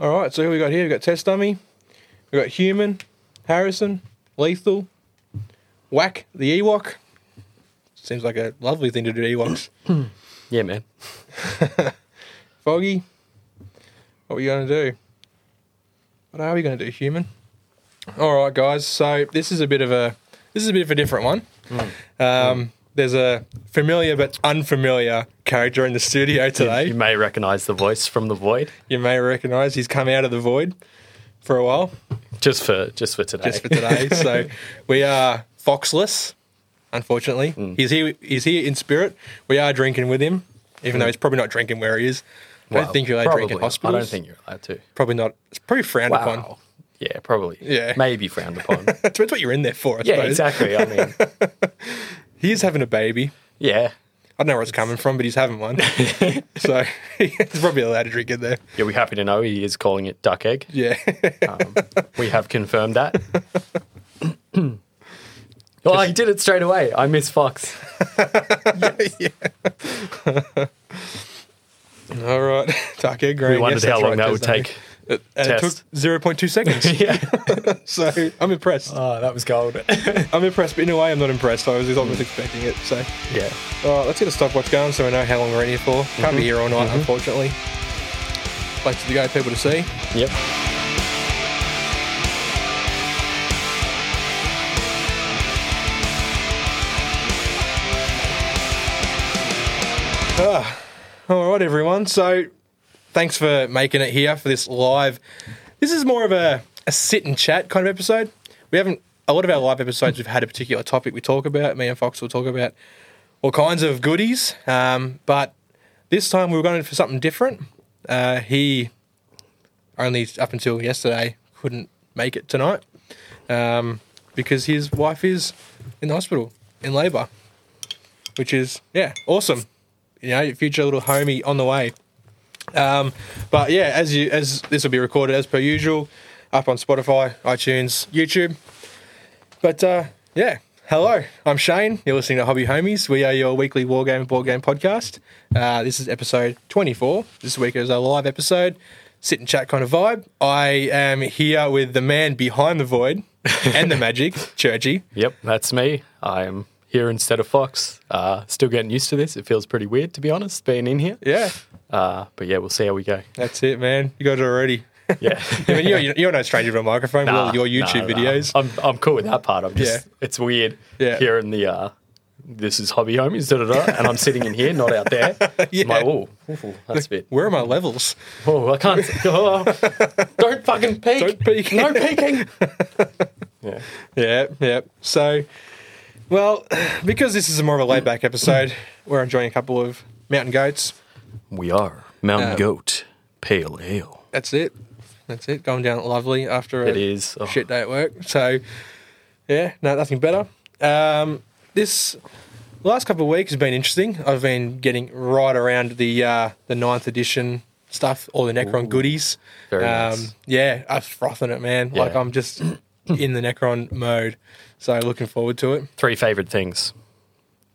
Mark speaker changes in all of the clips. Speaker 1: All right, so who we got here? We got Test Dummy, we got Human, Harrison, Lethal, Whack the Ewok. Seems like a lovely thing to do to Ewoks.
Speaker 2: Yeah, man.
Speaker 1: Foggy, what are we going to do? What are we going to do, Human? All right, guys. So this is a bit of a this is a bit of a different one. Um, there's a familiar but unfamiliar character in the studio today.
Speaker 2: You may recognize the voice from the void
Speaker 1: you may recognize he's come out of the void for a while
Speaker 2: just for just for today.
Speaker 1: just for today so we are foxless unfortunately
Speaker 2: Hmm.
Speaker 1: he's here he's here in spirit we are drinking with him even though he's probably not drinking where he is i don't
Speaker 2: Hmm. Well,
Speaker 1: think you're allowed to drink in
Speaker 2: probably.
Speaker 1: hospitals
Speaker 2: I don't think you're allowed to.
Speaker 1: probably not it's pretty frowned upon
Speaker 2: Wow. Yeah, probably.
Speaker 1: Yeah.
Speaker 2: Maybe frowned upon.
Speaker 1: that's what you're in there for I
Speaker 2: yeah,
Speaker 1: suppose.
Speaker 2: exactly. I mean,
Speaker 1: he is having a baby
Speaker 2: yeah.
Speaker 1: I don't know where it's coming from, but he's having one. so he's probably allowed to drink in there.
Speaker 2: You'll be happy to know he is calling it duck egg.
Speaker 1: Yeah.
Speaker 2: Um, we have confirmed that. well, I did it straight away. I miss Fox.
Speaker 1: All right. Duck egg green.
Speaker 2: We wondered
Speaker 1: Yes, that's
Speaker 2: how long
Speaker 1: right,
Speaker 2: that would
Speaker 1: Tesla.
Speaker 2: take.
Speaker 1: And it
Speaker 2: Test.
Speaker 1: took 0.2 seconds.
Speaker 2: yeah.
Speaker 1: so I'm impressed.
Speaker 2: Oh, that was gold.
Speaker 1: I'm impressed, but in a way, I'm not impressed. I was, I was expecting it. So,
Speaker 2: yeah.
Speaker 1: all right, let's get a stopwatch going so I know how long we're in here for. Can't be here all night, unfortunately. Places to go, people to see.
Speaker 2: Yep.
Speaker 1: All right, everyone. So, thanks for making it here for this live. This is more of a, a sit and chat kind of episode. We haven't, a lot of our live episodes, we've had a particular topic we talk about. Me and Fox will talk about all kinds of goodies. Um, but this time we were going for something different. Uh, he only up until yesterday couldn't make it tonight um, because his wife is in the hospital in labour, which is yeah awesome. You know, your future little homie on the way. Um, but yeah, as you as this will be recorded as per usual, up on Spotify, iTunes, YouTube. But uh, yeah, hello, I'm Shane. You're listening to Hobby Homies. We are your weekly wargame and board game podcast. Uh, this is episode 24. This week is a live episode, sit and chat kind of vibe. I am here with the man behind the void and the magic, Churchy.
Speaker 2: Yep. That's me. I'm here instead of Fox. Uh, still getting used to this. It feels pretty weird, to be honest, being in here.
Speaker 1: Yeah,
Speaker 2: Uh, but yeah, we'll see how we go.
Speaker 1: that's it, man. You got it already.
Speaker 2: Yeah.
Speaker 1: I mean, you're, you're no stranger to a microphone
Speaker 2: Nah,
Speaker 1: with all your
Speaker 2: nah,
Speaker 1: YouTube
Speaker 2: nah.
Speaker 1: videos.
Speaker 2: I'm, I'm cool with that part. I'm just,
Speaker 1: Yeah.
Speaker 2: it's weird
Speaker 1: Yeah.
Speaker 2: hearing the, uh, this is hobby homies, da da da, and I'm sitting in here, not out there.
Speaker 1: Yeah.
Speaker 2: I'm like, oh, ooh, that's a bit.
Speaker 1: Where are my levels?
Speaker 2: Oh, I can't. Oh, don't fucking peek.
Speaker 1: Don't peek.
Speaker 2: No peeking. yeah.
Speaker 1: Yeah, yeah. So, well, because this is a more of a laid back episode, we're enjoying a couple of mountain goats.
Speaker 2: We are Mountain
Speaker 1: Um,
Speaker 2: Goat Pale Ale.
Speaker 1: That's it. That's it. Going down lovely after a
Speaker 2: It is. Oh,
Speaker 1: shit day at work. So, yeah, no, nothing better. Um, this last couple of weeks has been interesting. I've been getting right around the uh, the ninth edition stuff, all the Necron goodies. Um,
Speaker 2: very nice.
Speaker 1: Yeah, I'm frothing it, man. Like
Speaker 2: Yeah.
Speaker 1: I'm just in the Necron mode. So looking forward to it.
Speaker 2: Three favorite things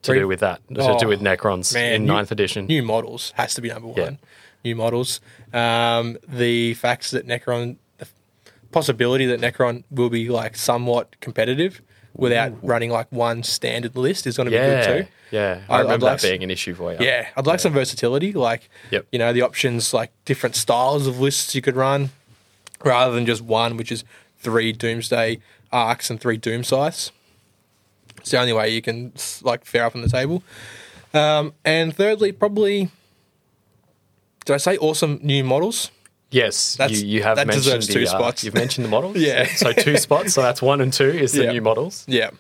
Speaker 2: to
Speaker 1: Three-
Speaker 2: do with that, to
Speaker 1: Oh,
Speaker 2: do with Necrons
Speaker 1: man,
Speaker 2: in
Speaker 1: you-
Speaker 2: ninth edition.
Speaker 1: New models has to be number one.
Speaker 2: Yeah.
Speaker 1: New models. Um, the facts that Necron, the possibility that Necron will be like somewhat competitive without running like one standard list is going to be
Speaker 2: yeah.
Speaker 1: good too.
Speaker 2: Yeah.
Speaker 1: I-
Speaker 2: I,
Speaker 1: I'd
Speaker 2: remember
Speaker 1: like s-
Speaker 2: that being an issue for you.
Speaker 1: Yeah, I'd like some versatility, like
Speaker 2: Yep.
Speaker 1: you know the options, like different styles of lists you could run, rather than just one, which is three Doomsday arcs and three Doom scythes. It's the only way you can s- like fare up on the table. Um, and thirdly, probably did I say awesome new models?
Speaker 2: Yes.
Speaker 1: That's-
Speaker 2: you, you have
Speaker 1: that
Speaker 2: mentioned
Speaker 1: deserves
Speaker 2: the,
Speaker 1: two
Speaker 2: uh,
Speaker 1: spots.
Speaker 2: You've mentioned the models.
Speaker 1: Yeah.
Speaker 2: So two spots. So that's one and two is the
Speaker 1: Yeah.
Speaker 2: new models.
Speaker 1: Yeah,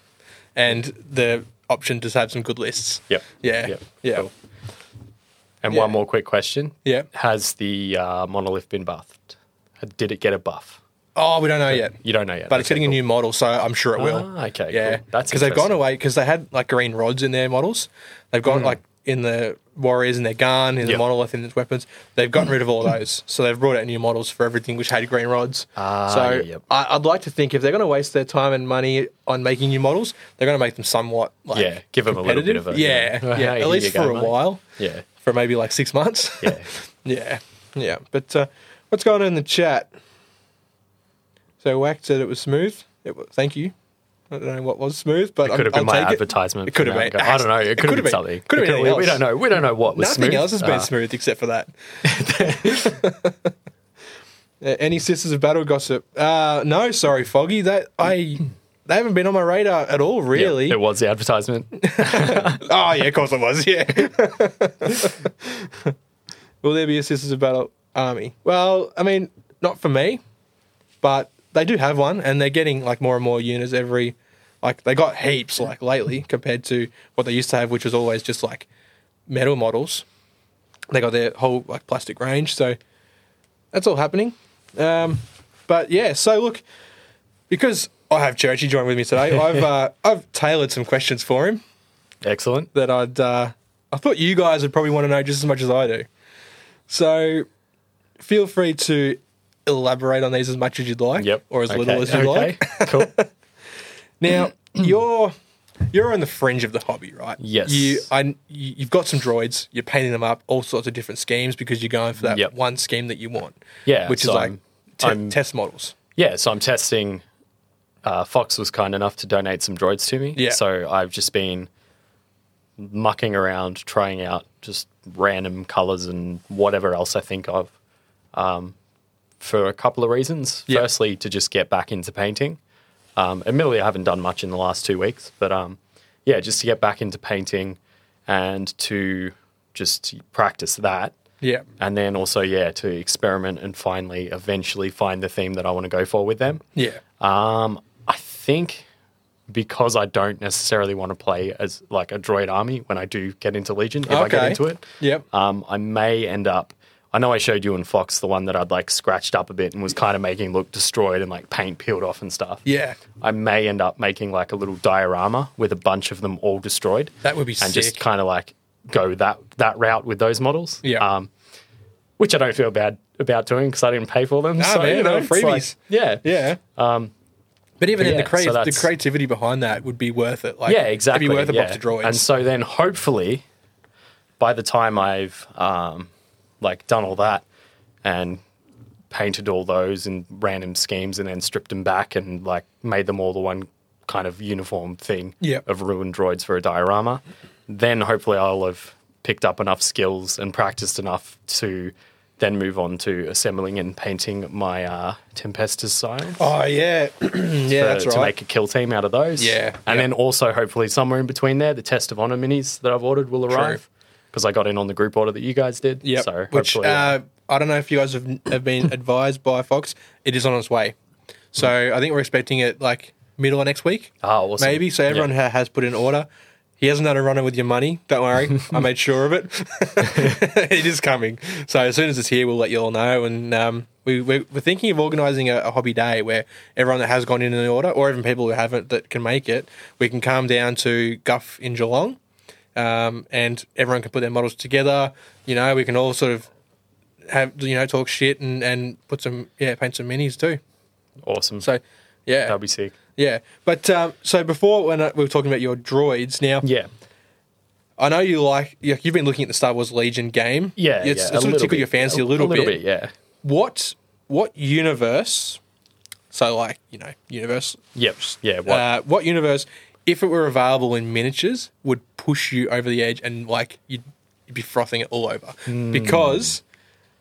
Speaker 1: and the option to have some good lists.
Speaker 2: Yep.
Speaker 1: Yeah,
Speaker 2: Yep.
Speaker 1: yeah,
Speaker 2: Cool. And
Speaker 1: Yeah.
Speaker 2: one more quick question.
Speaker 1: yeah.
Speaker 2: Has the uh, monolith been buffed? Did it get a buff?
Speaker 1: Oh, we don't know yet.
Speaker 2: You don't know yet.
Speaker 1: But it's
Speaker 2: Okay,
Speaker 1: getting a
Speaker 2: cool.
Speaker 1: new model, so I'm sure it will.
Speaker 2: Ah, okay,
Speaker 1: Yeah.
Speaker 2: cool. That's
Speaker 1: because they've gone
Speaker 2: interesting. Hmm.
Speaker 1: away because they had like green rods in their models. They've got like in the warriors and their gun, in the
Speaker 2: Yep.
Speaker 1: monolith and its weapons. They've gotten rid of all those, so they've brought out new models for everything which had green rods.
Speaker 2: Ah,
Speaker 1: so
Speaker 2: yeah, yep.
Speaker 1: I, I'd like to think if they're going to waste their time and money on making new models, they're going to make them somewhat like
Speaker 2: Yeah, give 'em a little bit
Speaker 1: competitive.
Speaker 2: of a-
Speaker 1: yeah,
Speaker 2: yeah.
Speaker 1: yeah,
Speaker 2: Hey,
Speaker 1: at
Speaker 2: here
Speaker 1: least
Speaker 2: you
Speaker 1: for
Speaker 2: go,
Speaker 1: a
Speaker 2: mate.
Speaker 1: while,
Speaker 2: Yeah.
Speaker 1: for maybe like six months.
Speaker 2: Yeah.
Speaker 1: Yeah, yeah, but uh, What's going on in the chat? So Wack said it was smooth. It was, thank you. I don't know what was smooth, but
Speaker 2: It could have been
Speaker 1: I'll
Speaker 2: my
Speaker 1: take it.
Speaker 2: advertisement.
Speaker 1: It could
Speaker 2: for
Speaker 1: have been.
Speaker 2: Mango. I don't know. It, could have been, something.
Speaker 1: Could have
Speaker 2: It
Speaker 1: been. anything
Speaker 2: We
Speaker 1: else.
Speaker 2: don't know. We don't know what was
Speaker 1: Nothing
Speaker 2: smooth.
Speaker 1: else has been
Speaker 2: Uh,
Speaker 1: smooth except for that. Uh, Any Sisters of Battle gossip? Uh, no, sorry, Foggy. That I they haven't been on my radar at all,
Speaker 2: yeah,
Speaker 1: really.
Speaker 2: it was the advertisement.
Speaker 1: oh yeah, of course it was. Yeah. Will there be a Sisters of Battle army? Well, I mean, not for me, but they do have one, and they're getting like more and more units every. Like they got heaps like lately compared to what they used to have, which was always just like metal models. They got their whole like plastic range, so that's all happening. Um, but yeah, so look, because I have Churchy join with me today, I've uh, I've tailored some questions for him
Speaker 2: Excellent.
Speaker 1: that I'd uh, I thought you guys would probably want to know just as much as I do. So feel free to elaborate on these as much as you'd like,
Speaker 2: Yep.
Speaker 1: or as
Speaker 2: Okay.
Speaker 1: little as you
Speaker 2: okay.
Speaker 1: like.
Speaker 2: cool.
Speaker 1: Now you're you're on the fringe of the hobby, right?
Speaker 2: Yes.
Speaker 1: You I you- you've got some droids. You're painting them up all sorts of different schemes because you're going for that
Speaker 2: Yep.
Speaker 1: one scheme that you want.
Speaker 2: Yeah,
Speaker 1: which
Speaker 2: so
Speaker 1: is like
Speaker 2: I'm-
Speaker 1: te-
Speaker 2: I'm-
Speaker 1: test models.
Speaker 2: Yeah, so I'm testing. Uh, Fox was kind enough to donate some droids to me.
Speaker 1: Yeah.
Speaker 2: So I've just been mucking around, trying out just random colors and whatever else I think of um, for a couple of reasons.
Speaker 1: Yeah.
Speaker 2: Firstly, to just get back into painting. Um, admittedly, I haven't done much in the last two weeks, but um, yeah, just to get back into painting and to just practice that
Speaker 1: Yeah.
Speaker 2: and then also yeah to experiment and finally eventually find the theme that i want to go for with them
Speaker 1: Yeah.
Speaker 2: um i think because i don't necessarily want to play as like a droid army when i do get into legion if i get
Speaker 1: Okay.
Speaker 2: into it
Speaker 1: Yep.
Speaker 2: um i may end up i know i showed you and fox the one that i'd like scratched up a bit and was kind of making look destroyed and like paint peeled off and stuff
Speaker 1: Yeah.
Speaker 2: I may end up making like a little diorama with a bunch of them all destroyed.
Speaker 1: That would be sick.
Speaker 2: and just kind of like go that that route with those models.
Speaker 1: Yeah.
Speaker 2: Um, which I don't feel bad about doing because I didn't pay for them. so
Speaker 1: man,
Speaker 2: you know,
Speaker 1: they're
Speaker 2: it's like-
Speaker 1: freebies.
Speaker 2: yeah.
Speaker 1: Yeah. Um, but even in
Speaker 2: yeah,
Speaker 1: the, creat-
Speaker 2: so
Speaker 1: the
Speaker 2: that's-
Speaker 1: creativity behind that would be worth it. Like,
Speaker 2: Yeah, exactly.
Speaker 1: It'd be worth a
Speaker 2: yeah.
Speaker 1: box of droids.
Speaker 2: And so then hopefully by the time I've um, like done all that and painted all those in random schemes and then stripped them back and like made them all the one kind of uniform thing
Speaker 1: Yep.
Speaker 2: of ruined droids for a diorama, then hopefully I'll have picked up enough skills and practiced enough to then move on to assembling and painting my uh, Tempestus Science
Speaker 1: oh yeah, yeah, that's
Speaker 2: to, to
Speaker 1: right.
Speaker 2: make a kill team out of those.
Speaker 1: Yeah,
Speaker 2: And
Speaker 1: yeah.
Speaker 2: then also, hopefully, somewhere in between there, the Test of Honor minis that I've ordered will arrive because I got in on the group order that you guys did.
Speaker 1: Yep.
Speaker 2: So
Speaker 1: Which
Speaker 2: hopefully, yeah.
Speaker 1: uh, I don't know if you guys have, have been advised by Fox. It is on its way. So I think we're expecting it like middle of next week.
Speaker 2: Oh, awesome.
Speaker 1: Maybe. So everyone ha- has put in order. He hasn't had a runner with your money. Don't worry. I made sure of it. it is coming. So as soon as it's here, we'll let you all know. And um, we, we're, we're thinking of organising a, a hobby day where everyone that has gone in an order, or even people who haven't that can make it, we can come down to Guff in Geelong um, and everyone can put their models together. You know, we can all sort of have you know talk shit and and put some yeah paint some minis too.
Speaker 2: awesome.
Speaker 1: So yeah,
Speaker 2: That'll be sick.
Speaker 1: yeah. But um, so before when I, we were talking about your droids, now
Speaker 2: Yeah.
Speaker 1: I know you like you- you've been looking at the Star Wars Legion game.
Speaker 2: Yeah.
Speaker 1: it's,
Speaker 2: yeah,
Speaker 1: it's
Speaker 2: a
Speaker 1: sort of
Speaker 2: little
Speaker 1: tickled
Speaker 2: bit.
Speaker 1: your fancy a little, bit.
Speaker 2: Yeah.
Speaker 1: What what universe? So like you know universe.
Speaker 2: Yep. Yeah. What?
Speaker 1: Uh, what universe, if it were available in miniatures, would push you over the edge and like you'd, you'd be frothing it all over?
Speaker 2: Hmm.
Speaker 1: Because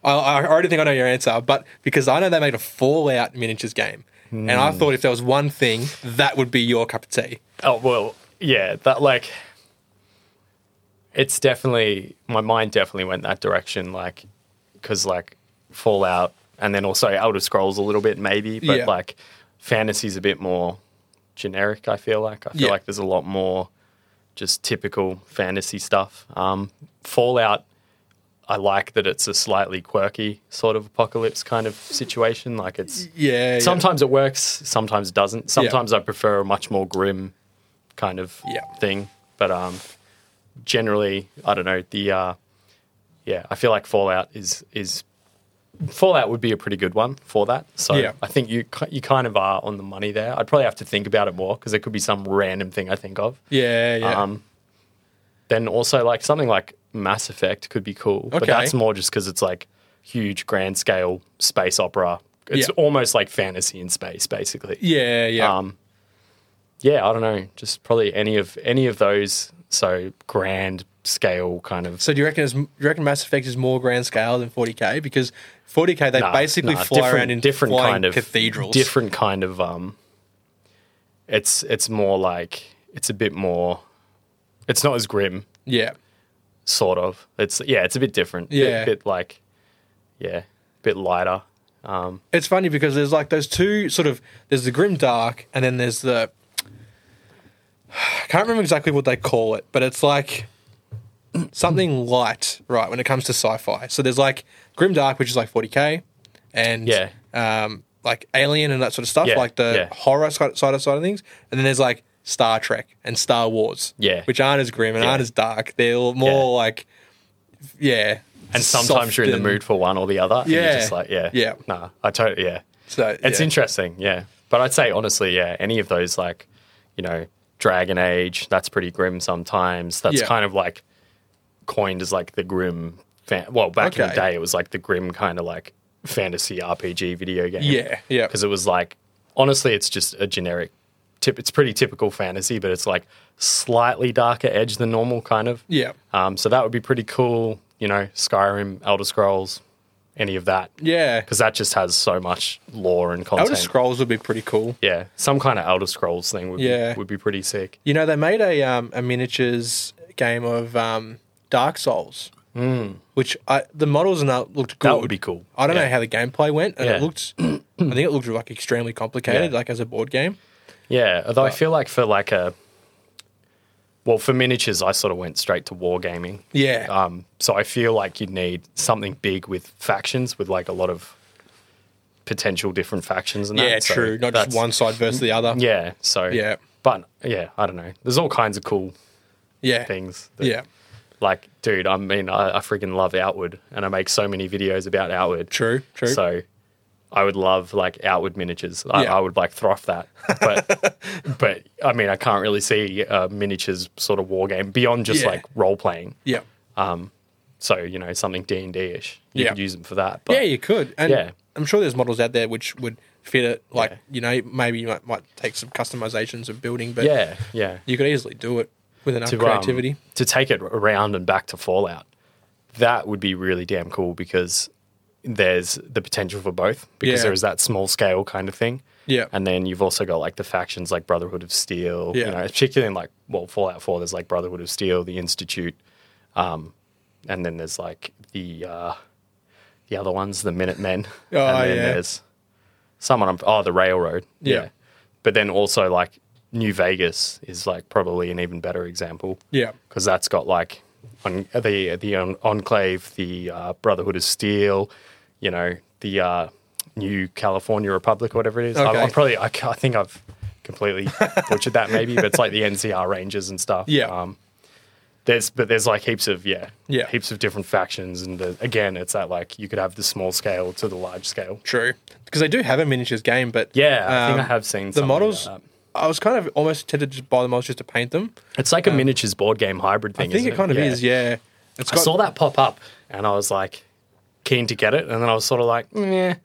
Speaker 1: I, I already think I know your answer, but because I know they made a Fallout miniatures game, and I
Speaker 2: Hmm.
Speaker 1: thought if there was one thing, that would be your cup of tea.
Speaker 2: oh well. Yeah. That like. It's definitely my mind definitely went that direction, like because like Fallout and then also Elder Scrolls a little bit maybe, but
Speaker 1: Yeah.
Speaker 2: like fantasy's a bit more generic. I feel like I feel
Speaker 1: Yeah.
Speaker 2: like there's a lot more just typical fantasy stuff. Um, Fallout, I like that it's a slightly quirky sort of apocalypse kind of situation. Like it's
Speaker 1: Yeah, yeah.
Speaker 2: sometimes it works, sometimes it doesn't. Sometimes I prefer a much more grim kind of
Speaker 1: Yeah.
Speaker 2: thing, but um, generally I don't know the. Uh, yeah, I feel like Fallout is is Fallout would be a pretty good one for that. So
Speaker 1: Yeah.
Speaker 2: I think you ki- you kind of are on the money there. I'd probably have to think about it more because there could be some random thing I think of.
Speaker 1: Yeah, yeah,
Speaker 2: Um, then also like something like Mass Effect could be cool, but
Speaker 1: Okay.
Speaker 2: that's more just because it's like huge grand scale space opera. It's
Speaker 1: Yeah.
Speaker 2: almost like fantasy in space, basically.
Speaker 1: Yeah, yeah.
Speaker 2: Um, yeah, I don't know, just probably any of any of those. So grand scale kind of
Speaker 1: so do you reckon is, do you reckon Mass Effect is more grand scale than 40k? Because 40k they
Speaker 2: Nah,
Speaker 1: basically
Speaker 2: nah,
Speaker 1: fly around in
Speaker 2: different
Speaker 1: flying
Speaker 2: kind of
Speaker 1: cathedrals.
Speaker 2: Different kind of um. It's it's more like it's a bit more. It's not as grim,
Speaker 1: Yeah,
Speaker 2: sort of. It's yeah, it's a bit different. Bit-
Speaker 1: Yeah.
Speaker 2: bit, like, yeah, bit lighter. Um,
Speaker 1: it's funny because there's like those two sort of there's the grim dark and then there's the I can't remember exactly what they call it, but it's like something light, right? When it comes to sci-fi, so there's like grim dark, which is like 40k, and
Speaker 2: Yeah.
Speaker 1: um, like Alien and that sort of stuff,
Speaker 2: Yeah,
Speaker 1: like the
Speaker 2: yeah.
Speaker 1: horror side, side of side of things, and then there's like Star Trek and Star Wars,
Speaker 2: Yeah.
Speaker 1: which aren't as grim and
Speaker 2: Yeah.
Speaker 1: aren't as dark. They're all more
Speaker 2: Yeah.
Speaker 1: like, yeah,
Speaker 2: and sometimes you're in the
Speaker 1: soft and-
Speaker 2: mood for one or the other. Yeah, and
Speaker 1: Yeah.
Speaker 2: you're just like yeah,
Speaker 1: Yeah.
Speaker 2: Nah, I totally yeah.
Speaker 1: So
Speaker 2: It's
Speaker 1: yeah.
Speaker 2: interesting, yeah. But I'd say honestly, yeah, any of those like, you know, Dragon Age, that's pretty grim sometimes. That's
Speaker 1: Yeah.
Speaker 2: kind of like coined as like the grim fan well, back in the
Speaker 1: Okay.
Speaker 2: day it was like the grim kind of like fantasy RPG video game.
Speaker 1: Yeah, yeah.
Speaker 2: Because it was like honestly it's just a generic tip it's pretty typical fantasy, but it's like slightly darker edge than normal kind of.
Speaker 1: Yeah.
Speaker 2: Um, so that would be pretty cool, you know, Skyrim, Elder Scrolls, any of that
Speaker 1: Yeah.
Speaker 2: because that just has so much lore and content.
Speaker 1: Elder Scrolls would be pretty cool.
Speaker 2: yeah, some kind of Elder Scrolls thing would
Speaker 1: Yeah.
Speaker 2: be, would be pretty sick.
Speaker 1: You know, they made a um, a miniatures game of um, Dark Souls, which I, the models and that looked good.
Speaker 2: Hmm. That would be cool.
Speaker 1: I don't
Speaker 2: Yeah.
Speaker 1: know how the gameplay went, and
Speaker 2: Yeah.
Speaker 1: it looked. I think it looked like extremely complicated,
Speaker 2: Yeah.
Speaker 1: like as a board game.
Speaker 2: Yeah, although I feel like for like a well, for miniatures, I sort of went straight to wargaming.
Speaker 1: Yeah,
Speaker 2: Um, so I feel like you'd need something big with factions, with like a lot of potential different factions and that.
Speaker 1: yeah,
Speaker 2: So
Speaker 1: true. Not
Speaker 2: that's-
Speaker 1: just one side versus the other.
Speaker 2: Yeah. So
Speaker 1: Yeah.
Speaker 2: but yeah, I don't know. There's all kinds of cool
Speaker 1: yeah,
Speaker 2: things. that-
Speaker 1: yeah,
Speaker 2: Like, dude, I mean, I, I freaking love Outward, and I make so many videos about Outward.
Speaker 1: true, true.
Speaker 2: So I would love like outward miniatures. I,
Speaker 1: Yeah.
Speaker 2: I would like throff that. But but I mean, I can't really see uh, miniatures sort of war game beyond just
Speaker 1: Yeah.
Speaker 2: like role playing.
Speaker 1: yeah,
Speaker 2: So you know something D and D ish. You
Speaker 1: Yeah.
Speaker 2: could use them for that. But
Speaker 1: yeah, you could, and
Speaker 2: Yeah.
Speaker 1: I'm sure there's models out there which would fit it. Like
Speaker 2: Yeah.
Speaker 1: you know, maybe you might, might take some customizations of building, but
Speaker 2: yeah, yeah.
Speaker 1: you could easily do it with enough
Speaker 2: To, um,
Speaker 1: creativity.
Speaker 2: to take it around and back to Fallout, that would be really damn cool because there's the potential for both because
Speaker 1: Yeah.
Speaker 2: there is that small scale kind of thing.
Speaker 1: Yeah.
Speaker 2: And then you've also got like the factions like Brotherhood of Steel,
Speaker 1: Yeah.
Speaker 2: you know, particularly in like, well, Fallout 4, there's like Brotherhood of Steel, the Institute, um, and then there's like the uh, the other ones, the Minutemen.
Speaker 1: Oh,
Speaker 2: and then
Speaker 1: yeah.
Speaker 2: there's someone, I'm, oh, the Railroad.
Speaker 1: Yeah.
Speaker 2: But then also like New Vegas is like probably an even better example
Speaker 1: yeah,
Speaker 2: because that's got like on, the the en- Enclave, the uh, Brotherhood of Steel, you know, the uh, New California Republic, whatever it is. I,
Speaker 1: Okay.
Speaker 2: I'm probably I, ca- I think I've completely butchered that maybe, but it's like the NCR Rangers and stuff. Um,
Speaker 1: Yeah.
Speaker 2: there's but there's like heaps of yeah
Speaker 1: Yeah.
Speaker 2: heaps of different factions and the, again it's that like you could have the small scale to the large scale.
Speaker 1: True, because they do have a miniatures game, but
Speaker 2: Yeah, I
Speaker 1: um,
Speaker 2: think I have seen
Speaker 1: the
Speaker 2: something
Speaker 1: models.
Speaker 2: like that.
Speaker 1: I was kind of almost tempted to just buy the models just to paint them.
Speaker 2: It's like a miniatures board game hybrid
Speaker 1: I
Speaker 2: thing.
Speaker 1: think
Speaker 2: isn't
Speaker 1: it kind of is. Yeah, it's
Speaker 2: I saw that pop up and I was like keen to get it. And then I was sort of like, yeah.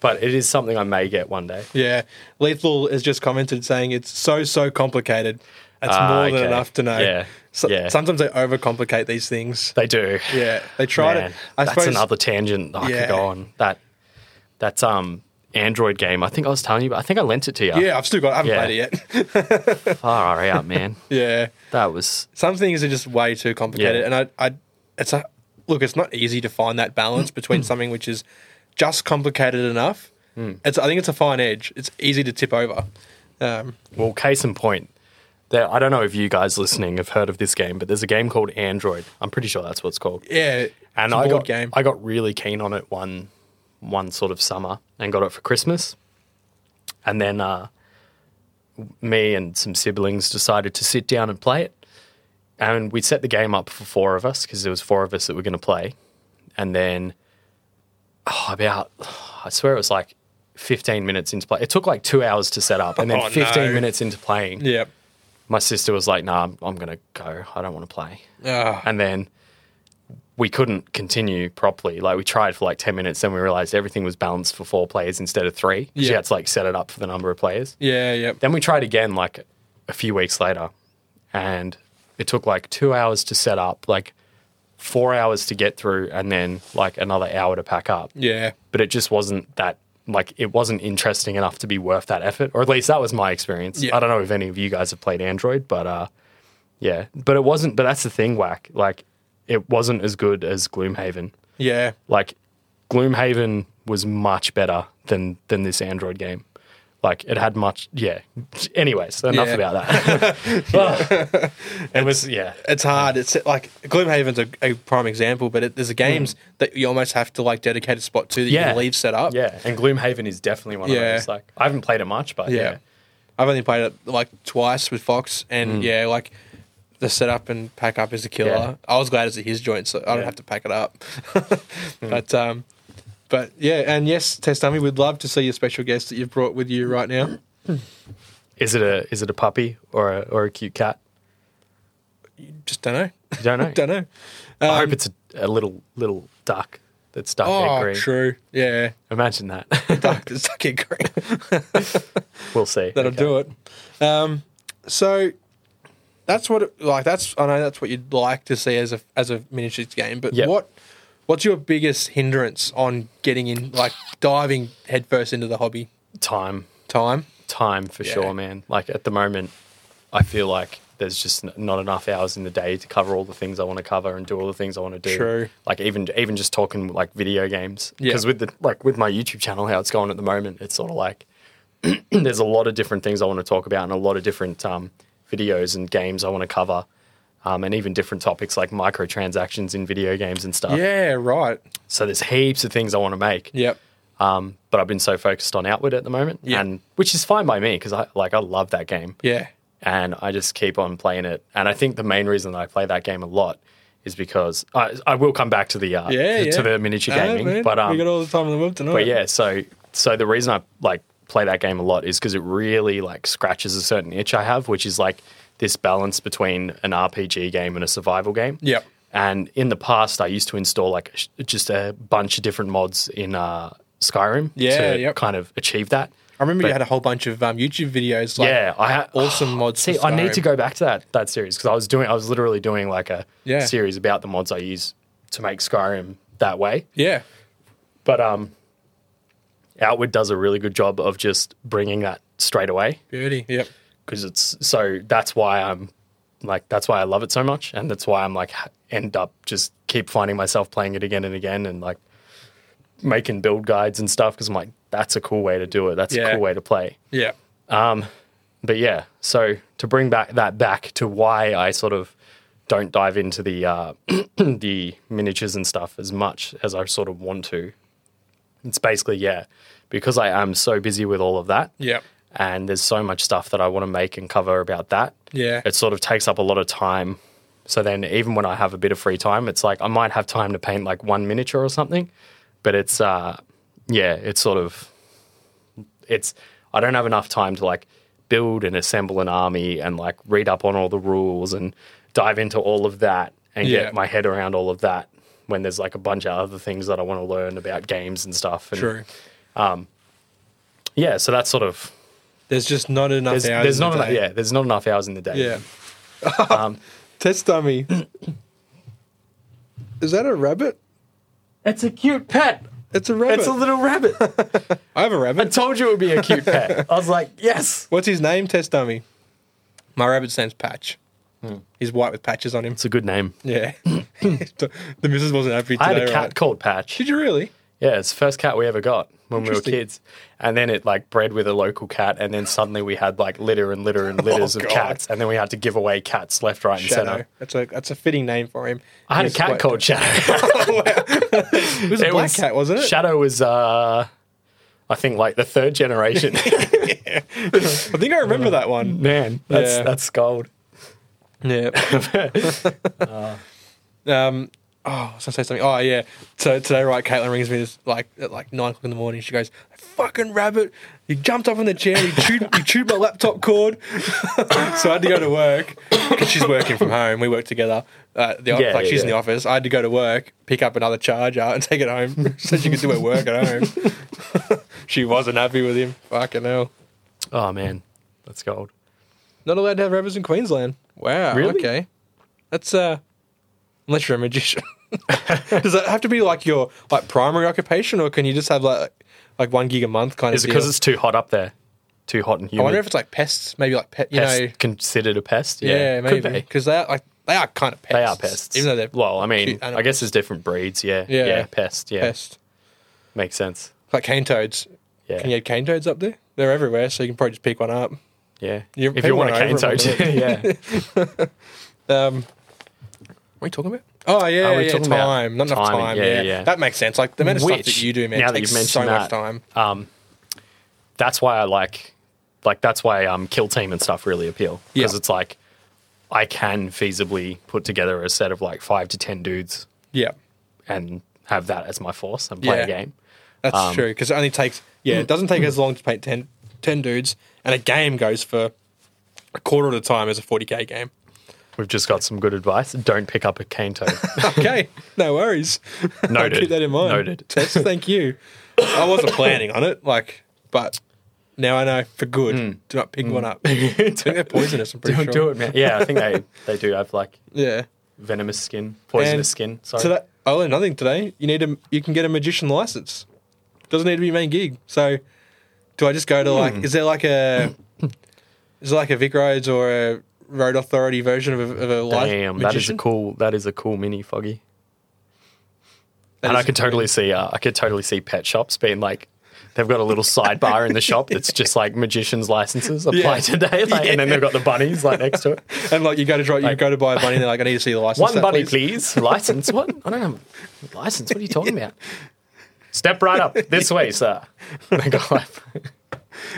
Speaker 2: But it is something I may get one day.
Speaker 1: Yeah, Lethal has just commented saying it's so so complicated. That's
Speaker 2: Ah,
Speaker 1: more than
Speaker 2: okay.
Speaker 1: enough to know.
Speaker 2: Yeah,
Speaker 1: So-
Speaker 2: yeah.
Speaker 1: Sometimes they overcomplicate these things.
Speaker 2: They do.
Speaker 1: Yeah, they tried
Speaker 2: Man,
Speaker 1: it. I
Speaker 2: that's
Speaker 1: suppose.
Speaker 2: another tangent that I
Speaker 1: Yeah.
Speaker 2: could go on. That that's um Android game. I think I was telling you, but I think I lent it to you.
Speaker 1: Yeah, I've still got. I haven't
Speaker 2: Yeah.
Speaker 1: played it yet.
Speaker 2: Far out, man.
Speaker 1: yeah,
Speaker 2: That was
Speaker 1: some things are just way too complicated,
Speaker 2: Yeah.
Speaker 1: and I, I, it's a look. It's not easy to find that balance between something which is just complicated enough.
Speaker 2: Hmm.
Speaker 1: It's. I think it's a fine edge. It's easy to tip over. Um,
Speaker 2: well, case in point. There, I don't know if you guys listening have heard of this game, but there's a game called Android. I'm pretty sure that's what it's called.
Speaker 1: yeah,
Speaker 2: and
Speaker 1: it's a
Speaker 2: I
Speaker 1: board
Speaker 2: got
Speaker 1: game.
Speaker 2: I got really keen on it one one sort of summer and got it for Christmas, and then uh, me and some siblings decided to sit down and play it, and we set the game up for four of us because there was four of us that were going to play, and then oh, about I swear it was like. 15 minutes into play. It took like two hours to set up. And then
Speaker 1: Oh,
Speaker 2: 15
Speaker 1: no.
Speaker 2: minutes into playing,
Speaker 1: yeah.
Speaker 2: my sister was like, nah, I'm, I'm going to go. I don't want to play.
Speaker 1: Ah,
Speaker 2: And then we couldn't continue properly. Like we tried for like ten minutes, then we realized everything was balanced for four players instead of three. 'cause
Speaker 1: Yeah.
Speaker 2: You had to like set it up for the number of players.
Speaker 1: Yeah, yep.
Speaker 2: Then we tried again like a few weeks later, and it took like two hours to set up, like four hours to get through, and then like another hour to pack up.
Speaker 1: Yeah.
Speaker 2: But it just wasn't that like it wasn't interesting enough to be worth that effort, or at least that was my experience.
Speaker 1: Yeah.
Speaker 2: I don't know if any of you guys have played Android, but uh, yeah, but it wasn't. But that's the thing, whack. Like it wasn't as good as Gloomhaven.
Speaker 1: Yeah.
Speaker 2: Like Gloomhaven was much better than than this Android game. Like it had much, yeah. Anyways, enough
Speaker 1: Yeah.
Speaker 2: about that. Well, it was yeah,
Speaker 1: It's hard. It's like Gloomhaven's a, a prime example, but it, there's a games that you almost have to like dedicate a spot to that you
Speaker 2: Hmm. Yeah.
Speaker 1: can leave set up.
Speaker 2: yeah. And Gloomhaven is definitely one
Speaker 1: Yeah.
Speaker 2: of those. Like I haven't played it much, but
Speaker 1: Yeah.
Speaker 2: yeah,
Speaker 1: I've only played it like twice with Fox, and yeah, like the setup and pack up is a killer.
Speaker 2: Yeah.
Speaker 1: I was glad it's at his joint, so I don't
Speaker 2: Yeah.
Speaker 1: have to pack it up. But um, but yeah, and yes, Testami, we'd love to see your special guest that you've brought with you right now.
Speaker 2: Is it a is it a puppy or a, or a cute cat?
Speaker 1: Just don't know.
Speaker 2: You don't know.
Speaker 1: don't know.
Speaker 2: I
Speaker 1: Um,
Speaker 2: hope it's a, a little little duck that's stuck
Speaker 1: Oh,
Speaker 2: there green.
Speaker 1: true. Yeah,
Speaker 2: Imagine that.
Speaker 1: Duck, it's stuck in green.
Speaker 2: we'll see.
Speaker 1: That'll
Speaker 2: Okay.
Speaker 1: do it. Um, so that's what it, like that's I know that's what you'd like to see as a as a miniatures game. But
Speaker 2: Yep.
Speaker 1: what what's your biggest hindrance on getting in like diving headfirst into the hobby?
Speaker 2: Time,
Speaker 1: Time.
Speaker 2: time for
Speaker 1: Yeah.
Speaker 2: sure, man. Like at the moment, I feel like there's just n- not enough hours in the day to cover all the things I want to cover and do all the things I want to do.
Speaker 1: True.
Speaker 2: Like even even just talking like video games.
Speaker 1: Yeah.
Speaker 2: Because with the like with my YouTube channel, how it's going at the moment, it's sort of like there's a lot of different things I want to talk about and a lot of different um, videos and games I want to cover. Um, and even different topics like microtransactions in video games and stuff.
Speaker 1: Yeah. Right.
Speaker 2: So there's heaps of things I want to make.
Speaker 1: Yep.
Speaker 2: Um, but I've been so focused on Outward at the moment,
Speaker 1: Yeah.
Speaker 2: and which is fine by me because I like I love that game,
Speaker 1: Yeah.
Speaker 2: and I just keep on playing it. And I think the main reason that I play that game a lot is because I, I will come back to the uh,
Speaker 1: Yeah.
Speaker 2: to,
Speaker 1: yeah.
Speaker 2: the miniature
Speaker 1: Ah,
Speaker 2: gaming,
Speaker 1: man,
Speaker 2: but um,
Speaker 1: we got all the time in the world tonight.
Speaker 2: but yeah, so so the reason I like play that game a lot is because it really like scratches a certain itch I have, which is like this balance between an RPG game and a survival game.
Speaker 1: Yep.
Speaker 2: And in the past, I used to install like sh- just a bunch of different mods in uh, Skyrim
Speaker 1: Yeah,
Speaker 2: to
Speaker 1: yep.
Speaker 2: kind of achieve that.
Speaker 1: I remember you
Speaker 2: but-
Speaker 1: had a whole bunch of um, YouTube videos. Like,
Speaker 2: yeah, I ha-
Speaker 1: awesome mods.
Speaker 2: See,
Speaker 1: for
Speaker 2: I need to
Speaker 1: Skyrim.
Speaker 2: go back to that that series because I was doing, I was literally doing like a
Speaker 1: Yeah.
Speaker 2: series about the mods I use to make Skyrim that way.
Speaker 1: Yeah.
Speaker 2: But um, Outward does a really good job of just bringing that straight away
Speaker 1: Beauty. Yep.
Speaker 2: because it's so that's why I'm like that's why I love it so much and that's why I'm like ha- end up just keep finding myself playing it again and again and like making build guides and stuff because I'm like that's a cool way to do it that's
Speaker 1: Yeah.
Speaker 2: a cool way to play
Speaker 1: Yeah.
Speaker 2: but yeah so to bring back that back to why I sort of don't dive into the uh, the miniatures and stuff as much as I sort of want to it's basically yeah because I am so busy with all of that
Speaker 1: Yep.
Speaker 2: and there's so much stuff that I want to make and cover about that.
Speaker 1: Yeah.
Speaker 2: It sort of takes up a lot of time. So then even when I have a bit of free time, it's like I might have time to paint like one miniature or something, but it's uh yeah, it's sort of it's I don't have enough time to like build and assemble an army and like read up on all the rules and dive into all of that and
Speaker 1: Yeah.
Speaker 2: get my head around all of that when there's like a bunch of other things that I want to learn about games and stuff and
Speaker 1: True.
Speaker 2: yeah, so that's sort of
Speaker 1: There's just not enough
Speaker 2: there's,
Speaker 1: hours.
Speaker 2: there's
Speaker 1: in the
Speaker 2: not enough,
Speaker 1: day.
Speaker 2: yeah, there's not enough hours in the day. Um,
Speaker 1: Yeah. Test dummy. Is that a rabbit?
Speaker 2: It's a cute pet.
Speaker 1: It's a rabbit.
Speaker 2: It's a little rabbit.
Speaker 1: I have a
Speaker 2: I
Speaker 1: rabbit.
Speaker 2: told you it would be a cute pet. I was like, yes.
Speaker 1: What's his name, Test dummy? My rabbit's name's Patch.
Speaker 2: Hmm.
Speaker 1: He's white with patches on him.
Speaker 2: It's a good name.
Speaker 1: Yeah. the the missus wasn't happy today.
Speaker 2: I had a cat
Speaker 1: right?
Speaker 2: called Patch.
Speaker 1: Did you really?
Speaker 2: Yeah, it's the first cat we ever got when we were
Speaker 1: Interesting.
Speaker 2: kids. And then it like bred with a local cat and then suddenly we had like litter and litter and litters of
Speaker 1: Oh, God.
Speaker 2: cats and then we had to give away cats left, right, and
Speaker 1: Shadow.
Speaker 2: center.
Speaker 1: That's a that's a fitting name for him.
Speaker 2: I had a
Speaker 1: He's
Speaker 2: cat
Speaker 1: quite-
Speaker 2: called Shadow.
Speaker 1: It was a black cat, wasn't it?
Speaker 2: Shadow was uh I think like the third generation.
Speaker 1: I think I remember that one.
Speaker 2: Man, that's
Speaker 1: Yeah.
Speaker 2: that's gold.
Speaker 1: Yeah. um, oh, I was gonna say something. Oh yeah. So today, right, Caitlin rings me this, like at like nine o'clock in the morning. She goes, "Fucking rabbit! You jumped up on the chair. You chewed, you chewed my laptop cord." so I had to go to work because she's working from home. We work together. Uh, the,
Speaker 2: Yeah,
Speaker 1: like she's in
Speaker 2: yeah.
Speaker 1: the office. I had to go to work, pick up another charger, and take it home so she could do her work at home. she wasn't happy with him. Fucking hell.
Speaker 2: Oh man, that's gold.
Speaker 1: Not allowed to have rabbits in Queensland. Wow.
Speaker 2: Really?
Speaker 1: Okay. That's uh unless you're a magician. Does that have to be like your like primary occupation or can you just have like like one gig a month kind
Speaker 2: Is
Speaker 1: of
Speaker 2: it because
Speaker 1: deal?
Speaker 2: it's too hot up there? Too hot and humid.
Speaker 1: I wonder if it's like pests, maybe like pet you
Speaker 2: pest
Speaker 1: know
Speaker 2: considered a pest. Yeah,
Speaker 1: Yeah,
Speaker 2: could
Speaker 1: maybe.
Speaker 2: be.
Speaker 1: Because they are like they are kind of pests.
Speaker 2: They are pests.
Speaker 1: Even though they're
Speaker 2: well, I mean,
Speaker 1: cute
Speaker 2: I
Speaker 1: animals.
Speaker 2: guess there's different breeds. Yeah,
Speaker 1: Yeah.
Speaker 2: yeah, pest. Yeah,
Speaker 1: pests.
Speaker 2: makes sense.
Speaker 1: Like cane toads.
Speaker 2: Yeah,
Speaker 1: Can you have cane toads up there? They're everywhere, so you can probably just pick one up.
Speaker 2: yeah.
Speaker 1: You-
Speaker 2: if you
Speaker 1: people
Speaker 2: want a
Speaker 1: are
Speaker 2: cane
Speaker 1: over
Speaker 2: toad,
Speaker 1: it,
Speaker 2: yeah,
Speaker 1: Um, what are we talking about? Oh yeah,
Speaker 2: Are we
Speaker 1: yeah,
Speaker 2: talking about
Speaker 1: time. Not enough
Speaker 2: timing?
Speaker 1: time.
Speaker 2: Yeah,
Speaker 1: Yeah,
Speaker 2: yeah.
Speaker 1: that makes sense. Like the amount of stuff
Speaker 2: Which,
Speaker 1: that you do, man,
Speaker 2: now that
Speaker 1: takes
Speaker 2: you've mentioned
Speaker 1: so much
Speaker 2: that, uh,
Speaker 1: time.
Speaker 2: that's why I like, like that's why um, kill team and stuff really appeal because
Speaker 1: Yeah.
Speaker 2: it's like I can feasibly put together a set of like five to ten dudes
Speaker 1: Yeah,
Speaker 2: and have that as my force and play
Speaker 1: Yeah.
Speaker 2: a game.
Speaker 1: that's
Speaker 2: um,
Speaker 1: true. 'Cause true. Because it only takes yeah, it doesn't take as long to paint 10, 10 dudes, and a game goes for a quarter of the time as a forty k game.
Speaker 2: We've just got some good advice. Don't pick up a cane toad.
Speaker 1: Okay, no worries. I'll
Speaker 2: Noted.
Speaker 1: keep that in mind.
Speaker 2: Noted.
Speaker 1: Tess, thank you. I wasn't planning on it, like, but now I know for good. Do not pick one up. I think they're poisonous. I'm pretty
Speaker 2: Hmm. Don't
Speaker 1: sure.
Speaker 2: do it, man. Yeah, I think they, they do have like
Speaker 1: Yeah.
Speaker 2: venomous skin, poisonous
Speaker 1: And
Speaker 2: skin. Sorry.
Speaker 1: Today, I learned nothing today. You need a, you can get a magician license. Doesn't need to be main gig. So, do I just go to like? Is there like a, is there like a Vic Roads or a road authority version of a, of a live
Speaker 2: Damn, that is a
Speaker 1: magician?
Speaker 2: cool that is a cool mini foggy.
Speaker 1: That
Speaker 2: and I
Speaker 1: is-
Speaker 2: could totally see uh, I could totally see pet shops being like they've got a little sidebar in the shop that's just like magician's licenses apply
Speaker 1: Yeah.
Speaker 2: today, like, and then they've got the bunnies like next to it.
Speaker 1: And like you go to try, you go to buy a bunny, and they're like, I need to see the license.
Speaker 2: One
Speaker 1: that,
Speaker 2: bunny, please. License? What? I don't have a license. What are you talking about? Step right up this way, sir. They go like,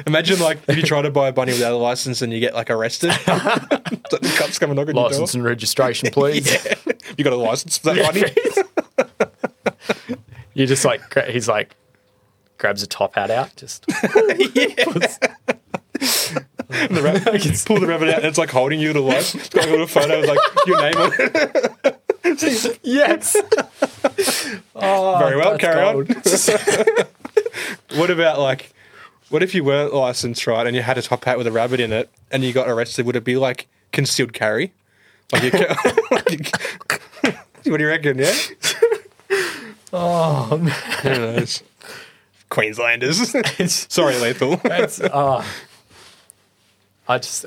Speaker 1: Imagine like if you try to buy a bunny without a license and you get like arrested. It's like the cops come and knock on your door.
Speaker 2: license and registration, please.
Speaker 1: You got a license for that bunny?
Speaker 2: You just like gra- he's like grabs a top hat out, just
Speaker 1: And the rabbit, pull the rabbit out, and it's like holding you to life. It's got a little photo with like your name on it.
Speaker 2: yes. oh,
Speaker 1: Very well,
Speaker 2: that's
Speaker 1: carry
Speaker 2: gold.
Speaker 1: What about like, what if you weren't licensed, right, and you had a top hat with a rabbit in it, and you got arrested? Would it be like concealed carry? Like, you ca- like you- what do you reckon? Yeah,
Speaker 2: Oh man,
Speaker 1: who knows? Queenslanders.
Speaker 2: It's-
Speaker 1: Sorry, lethal.
Speaker 2: that's oh. I just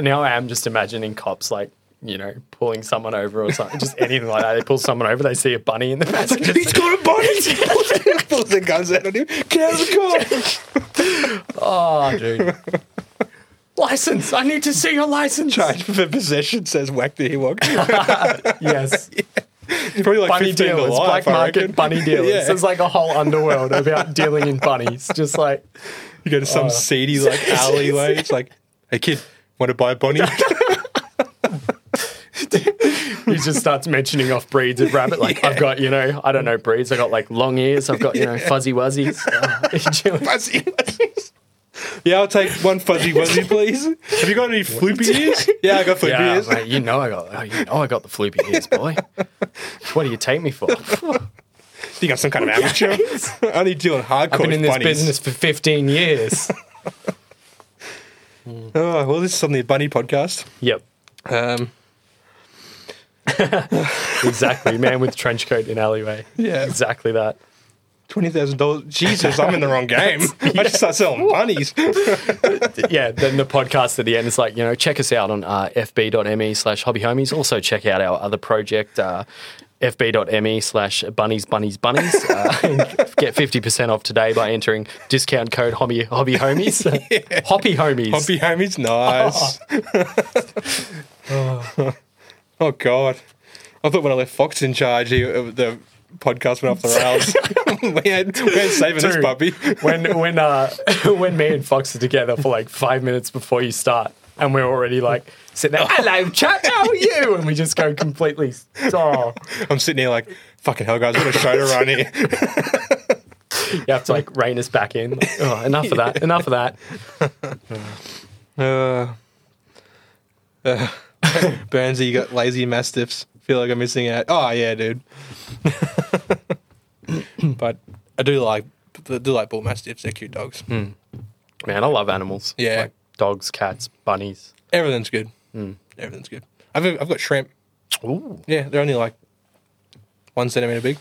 Speaker 2: now I am just imagining cops like you know pulling someone over or something, just anything like that. They pull someone over, they see a bunny in the passenger.
Speaker 1: He's got a body. Pulls the guns out on him. Get out of the car. Ah,
Speaker 2: Oh, dude. License! I need to see your license.
Speaker 1: Charge for possession says whack the Ewok.
Speaker 2: Yes,
Speaker 1: Probably like
Speaker 2: bunny
Speaker 1: fifteen to
Speaker 2: dealers,
Speaker 1: life.
Speaker 2: black
Speaker 1: I
Speaker 2: market
Speaker 1: reckon.
Speaker 2: bunny dealers.
Speaker 1: Yeah.
Speaker 2: There's like a whole underworld about dealing in bunnies. Just like
Speaker 1: You go to
Speaker 2: Oh.
Speaker 1: some seedy like alleyway. It's like, hey kid, want to buy a bunny?
Speaker 2: he just starts mentioning off breeds of rabbit. Like I've got, you know, I don't know breeds. I got like long ears. I've got, you know, fuzzy wuzzies. Uh,
Speaker 1: Fuzzy wuzzies. Yeah, I'll take one fuzzy wuzzy, please. Have you got any floopy ears? Yeah, I got floopy
Speaker 2: yeah,
Speaker 1: ears.
Speaker 2: mate, you know I got, oh, you know I got the floopy ears, boy. What do you take me for?
Speaker 1: You got some kind of amateur? I only deal in hardcore
Speaker 2: I've been in this
Speaker 1: bunnies.
Speaker 2: business for 15 years.
Speaker 1: Oh, well, this is suddenly a bunny podcast.
Speaker 2: yep,
Speaker 1: Um,
Speaker 2: exactly. Man with trench coat in alleyway.
Speaker 1: Yeah.
Speaker 2: exactly that.
Speaker 1: Twenty thousand dollars. Jesus, I'm in the wrong game. I should start selling bunnies.
Speaker 2: yeah, then the podcast at the end is like, you know, check us out on uh, fb.me slash hobbyhomies. Also, check out our other project, uh, fb.me E slash bunnies, bunnies, bunnies. Uh, and get 50% off today by entering discount code hobby, hobby homies. Hoppy homies.
Speaker 1: Hoppy homies, nice. Oh. God, I thought when I left Fox in charge, he, uh, the podcast went off the rails. we, ain't, we ain't saving this
Speaker 2: Dude,
Speaker 1: puppy.
Speaker 2: when when uh, when me and Fox are together for like five minutes before you start, and we're already like sitting there, hello, chat, how are you? And we just go completely, oh,
Speaker 1: I'm sitting here like, fucking hell, guys, I've got a show to run here.
Speaker 2: you have to like rein us back in. Like, oh, enough of that, enough of that.
Speaker 1: Uh, uh, Burnsy, you got lazy mastiffs. Feel like I'm missing out. Oh yeah, dude. but I do like I do like bull mastiffs. They're cute dogs.
Speaker 2: Man, I love animals.
Speaker 1: Yeah.
Speaker 2: Like dogs, cats, bunnies.
Speaker 1: Everything's good. Everything's good. I've I've got shrimp.
Speaker 2: Ooh.
Speaker 1: Yeah, they're only like one centimeter big.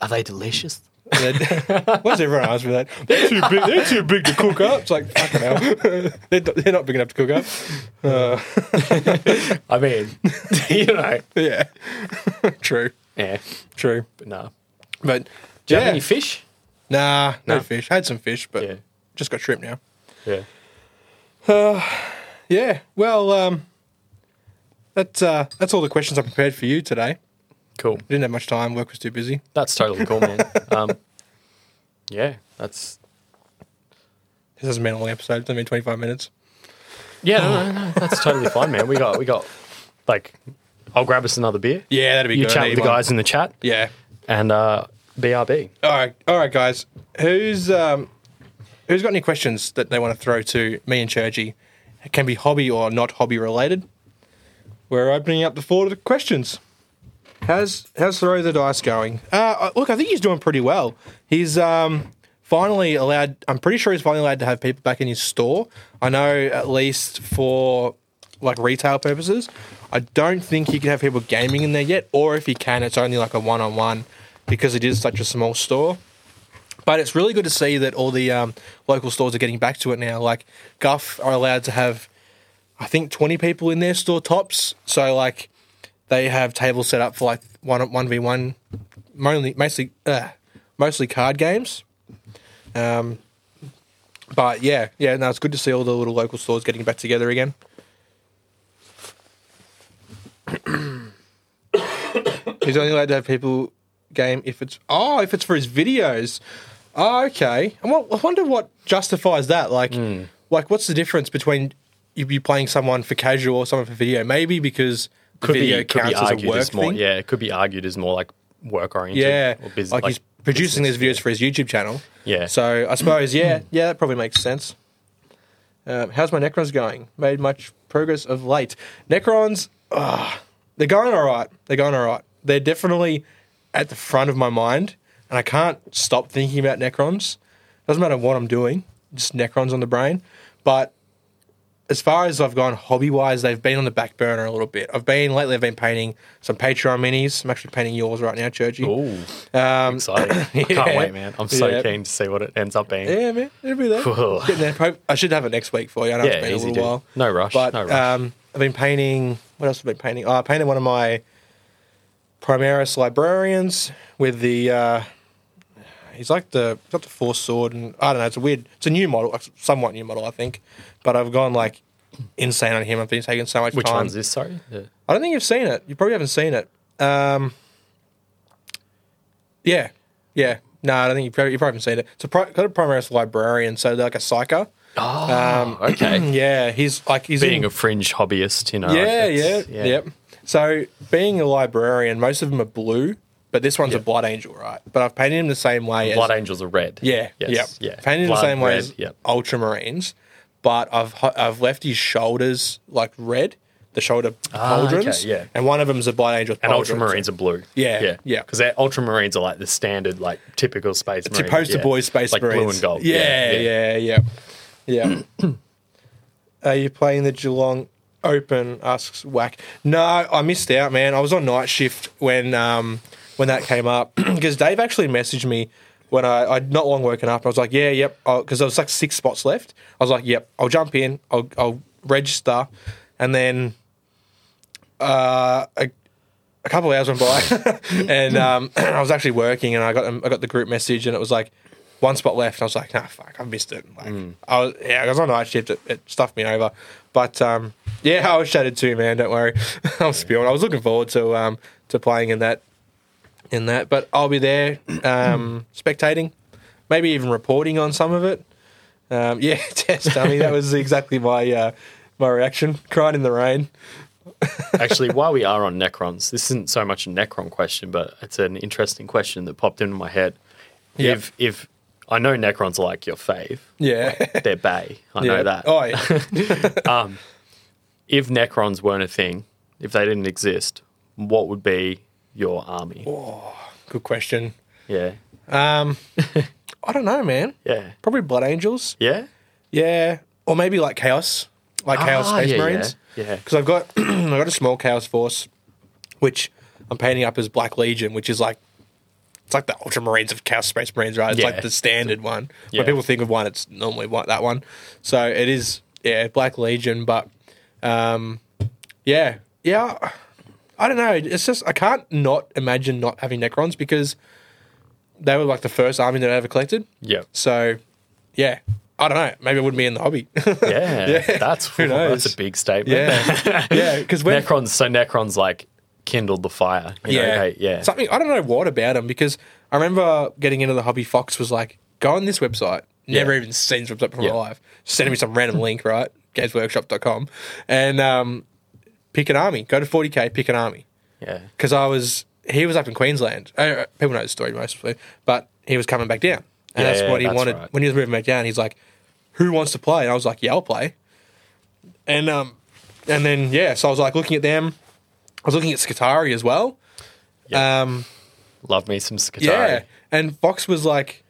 Speaker 2: Are they delicious?
Speaker 1: And they're- Why's everyone asking me that? They're too big. They're too big to cook up. It's like fucking hell. they're, they're not big enough to cook up. Uh,
Speaker 2: I mean, you know.
Speaker 1: yeah, true,
Speaker 2: Yeah,
Speaker 1: true.
Speaker 2: but nah.
Speaker 1: But
Speaker 2: Do you
Speaker 1: yeah.
Speaker 2: have any fish?
Speaker 1: Nah, no,
Speaker 2: No?
Speaker 1: fish. I had some fish, but
Speaker 2: Yeah.
Speaker 1: just got shrimp now.
Speaker 2: Yeah.
Speaker 1: Yeah. Well, um, that's uh, that's all the questions I prepared for you today.
Speaker 2: Cool.
Speaker 1: Didn't have much time. Work was too busy.
Speaker 2: That's totally cool, man. Um, yeah, that's.
Speaker 1: This hasn't been a long episode. It's only been twenty five minutes.
Speaker 2: Yeah, no, no, no, that's totally fine, man. We got, we got, like, I'll grab us another beer.
Speaker 1: Yeah, that'd be
Speaker 2: You
Speaker 1: good. I
Speaker 2: chat
Speaker 1: need
Speaker 2: with the
Speaker 1: one.
Speaker 2: guys in the chat
Speaker 1: Yeah.
Speaker 2: and uh, BRB.
Speaker 1: All right. All right, guys. Who's um, who's got any questions that they want to throw to me and Churchy? It can be hobby or not hobby related. We're opening up the floor to questions. How's how's throw the dice going? Uh, Uh, look, I think he's doing pretty well. He's um, finally allowed. I'm pretty sure he's finally allowed to have people back in his store. I know at least for like retail purposes. I don't think he can have people gaming in there yet, or if he can, it's only like a one-on-one because it is such a small store. But it's really good to see that all the um, local stores are getting back to it now. Like Guff are allowed to have, I think, twenty people in their store tops. So like, they have tables set up for like one one v one, mainly mostly uh, mostly card games. Um, but yeah, yeah, no, it's good to see all the little local stores getting back together again. He's only allowed to have people game if it's oh if it's for his videos. Oh, okay, and what, I wonder what justifies that. Like,
Speaker 2: Hmm.
Speaker 1: like what's the difference between you be playing someone for casual or someone for video? Maybe because the video counts as a work
Speaker 2: as more.
Speaker 1: thing.
Speaker 2: Yeah, it could be argued as more like work oriented.
Speaker 1: Yeah,
Speaker 2: or bus-
Speaker 1: like, he's producing these videos for his YouTube channel.
Speaker 2: Yeah.
Speaker 1: So I suppose yeah, yeah, that probably makes sense. Um, how's my Necrons going? Made much progress of late. Necrons, ah, they're going all right. They're going all right. They're definitely at the front of my mind, and I can't stop thinking about Necrons. Doesn't matter what I'm doing, just Necrons on the brain. But as far as I've gone hobby wise, they've been on the back burner a little bit. I've been lately. I've been painting some Patreon minis. I'm actually painting yours right now, Churchy.
Speaker 2: Ooh,
Speaker 1: Um,
Speaker 2: exciting! I
Speaker 1: Yeah.
Speaker 2: can't wait, man. I'm so
Speaker 1: Yeah.
Speaker 2: keen to see what it ends up being.
Speaker 1: yeah, man, it'll be there.
Speaker 2: Cool.
Speaker 1: Getting there. Prob- I should have it next week for you. I know
Speaker 2: Yeah,
Speaker 1: it's been a
Speaker 2: easy,
Speaker 1: little
Speaker 2: dude.
Speaker 1: while.
Speaker 2: No rush,
Speaker 1: But
Speaker 2: no rush.
Speaker 1: Um, I've been painting. What else have I been painting? Oh, I painted one of my Primaris librarians with the. Uh, he's like the he's got the force sword, and I don't know. It's a weird. It's a new model, like, somewhat new model, I think. But I've gone like insane on him. I've been taking so much
Speaker 2: Which
Speaker 1: time.
Speaker 2: one's this? Sorry, The-
Speaker 1: I don't think you've seen it. You probably haven't seen it. Um, yeah, yeah. No, I don't think you probably, you probably haven't seen it. It's a pri- got a Primaris librarian, so they're like a psycho. Um, Mm,
Speaker 2: Oh, okay.
Speaker 1: Yeah, he's like he's
Speaker 2: Being
Speaker 1: in-
Speaker 2: a fringe hobbyist, you know.
Speaker 1: yeah, yeah,
Speaker 2: it's-
Speaker 1: yep. So being a librarian, most of them are blue, but this one's a blood angel, right? But I've painted him the same way
Speaker 2: Blood
Speaker 1: as
Speaker 2: Angels are red.
Speaker 1: yeah,
Speaker 2: Yes.
Speaker 1: yep.
Speaker 2: Yeah.
Speaker 1: Painted in the
Speaker 2: Blood
Speaker 1: same way
Speaker 2: red,
Speaker 1: as Oh,
Speaker 2: Yep.
Speaker 1: Ultramarines, but I've ho- I've left his shoulders like red, the shoulder
Speaker 2: Ah, okay,
Speaker 1: pauldrons,
Speaker 2: yeah.
Speaker 1: and one of them's a Blood Angel.
Speaker 2: And
Speaker 1: pauldron, so-
Speaker 2: ultramarines are blue.
Speaker 1: Yeah,
Speaker 2: yeah,
Speaker 1: yeah.
Speaker 2: Because ultramarines are like the standard, like typical space.
Speaker 1: It's
Speaker 2: marine,
Speaker 1: poster
Speaker 2: yeah.
Speaker 1: boy space
Speaker 2: like
Speaker 1: marines.
Speaker 2: blue and gold.
Speaker 1: Yeah, yeah, yeah, yeah. Are you playing the Geelong Open? Asks Whack. No, I missed out, man. I was on night shift when um, when that came up because Dave actually messaged me when I I'd not long woken up. I was like, yeah, yep, because there was like six spots left. I was like, yep, I'll jump in. I'll I'll register, and then uh, a, a couple of hours went by, and
Speaker 2: Mm.
Speaker 1: um, I was actually working, and I got um, I got the group message, and it was like one spot left, and I was like, nah, fuck, I missed it. Like,
Speaker 2: Mm.
Speaker 1: I was yeah, I was on night shift, it, it stuffed me over, but um, yeah, I was shattered too, man. Don't worry, I was spewing. I was looking forward to um, to playing in that in that, but I'll be there um, spectating, maybe even reporting on some of it. Um, yeah, test dummy. That was exactly my uh, my reaction. Crying in the rain.
Speaker 2: Actually, while we are on Necrons, this isn't so much a Necron question, but it's an interesting question that popped into my head.
Speaker 1: Yep.
Speaker 2: If if I know Necrons are like your fave,
Speaker 1: Yeah.
Speaker 2: they're Bay. I
Speaker 1: yeah.
Speaker 2: know that. Um,
Speaker 1: Oh, yeah.
Speaker 2: If Necrons weren't a thing, if they didn't exist, what would be your army?
Speaker 1: Oh. good question.
Speaker 2: Yeah,
Speaker 1: Um, I don't know, man.
Speaker 2: yeah,
Speaker 1: Probably Blood Angels.
Speaker 2: yeah.
Speaker 1: Yeah, or maybe like Chaos, like Chaos
Speaker 2: Ah,
Speaker 1: Space
Speaker 2: yeah,
Speaker 1: Marines.
Speaker 2: yeah, yeah.
Speaker 1: Because I've got I've got a small Chaos Force, which I'm painting up as Black Legion, which is like it's like the Ultramarines of Chaos Space Marines, right? It's
Speaker 2: Yeah.
Speaker 1: like the standard one.
Speaker 2: Yeah.
Speaker 1: When people think of one, it's normally one, that one. So it is, yeah, Black Legion. But um, yeah, yeah. I don't know. It's just I can't not imagine not having Necrons because they were like the first army that I ever collected.
Speaker 2: Yep.
Speaker 1: So, yeah, I don't know. Maybe I wouldn't be in the hobby.
Speaker 2: Yeah, that's
Speaker 1: Who knows?
Speaker 2: that's a big statement.
Speaker 1: yeah, yeah. Because when
Speaker 2: Necrons, so Necrons like kindled the fire. you know,
Speaker 1: yeah,
Speaker 2: hey, yeah,
Speaker 1: something I don't know what about them because I remember getting into the hobby. Fox was like, "Go on this website." Never even seen this website before in
Speaker 2: Yeah.
Speaker 1: my life. Sending me some random link, right? Gamesworkshop.com, and um, pick an army. Go to 40k, pick an army.
Speaker 2: yeah,
Speaker 1: because I was he was up in Queensland. Uh, people know the story mostly, but he was coming back down, and
Speaker 2: Yeah,
Speaker 1: that's
Speaker 2: yeah,
Speaker 1: what he
Speaker 2: that's
Speaker 1: wanted
Speaker 2: right.
Speaker 1: when he was moving back down. He's like, "Who wants to play?" And I was like, "Yeah, I'll play." And um, and then yeah, so I was like looking at them. I was looking at Skatari as well.
Speaker 2: Yeah.
Speaker 1: Um,
Speaker 2: Love me some Skatari.
Speaker 1: yeah, and Fox was like,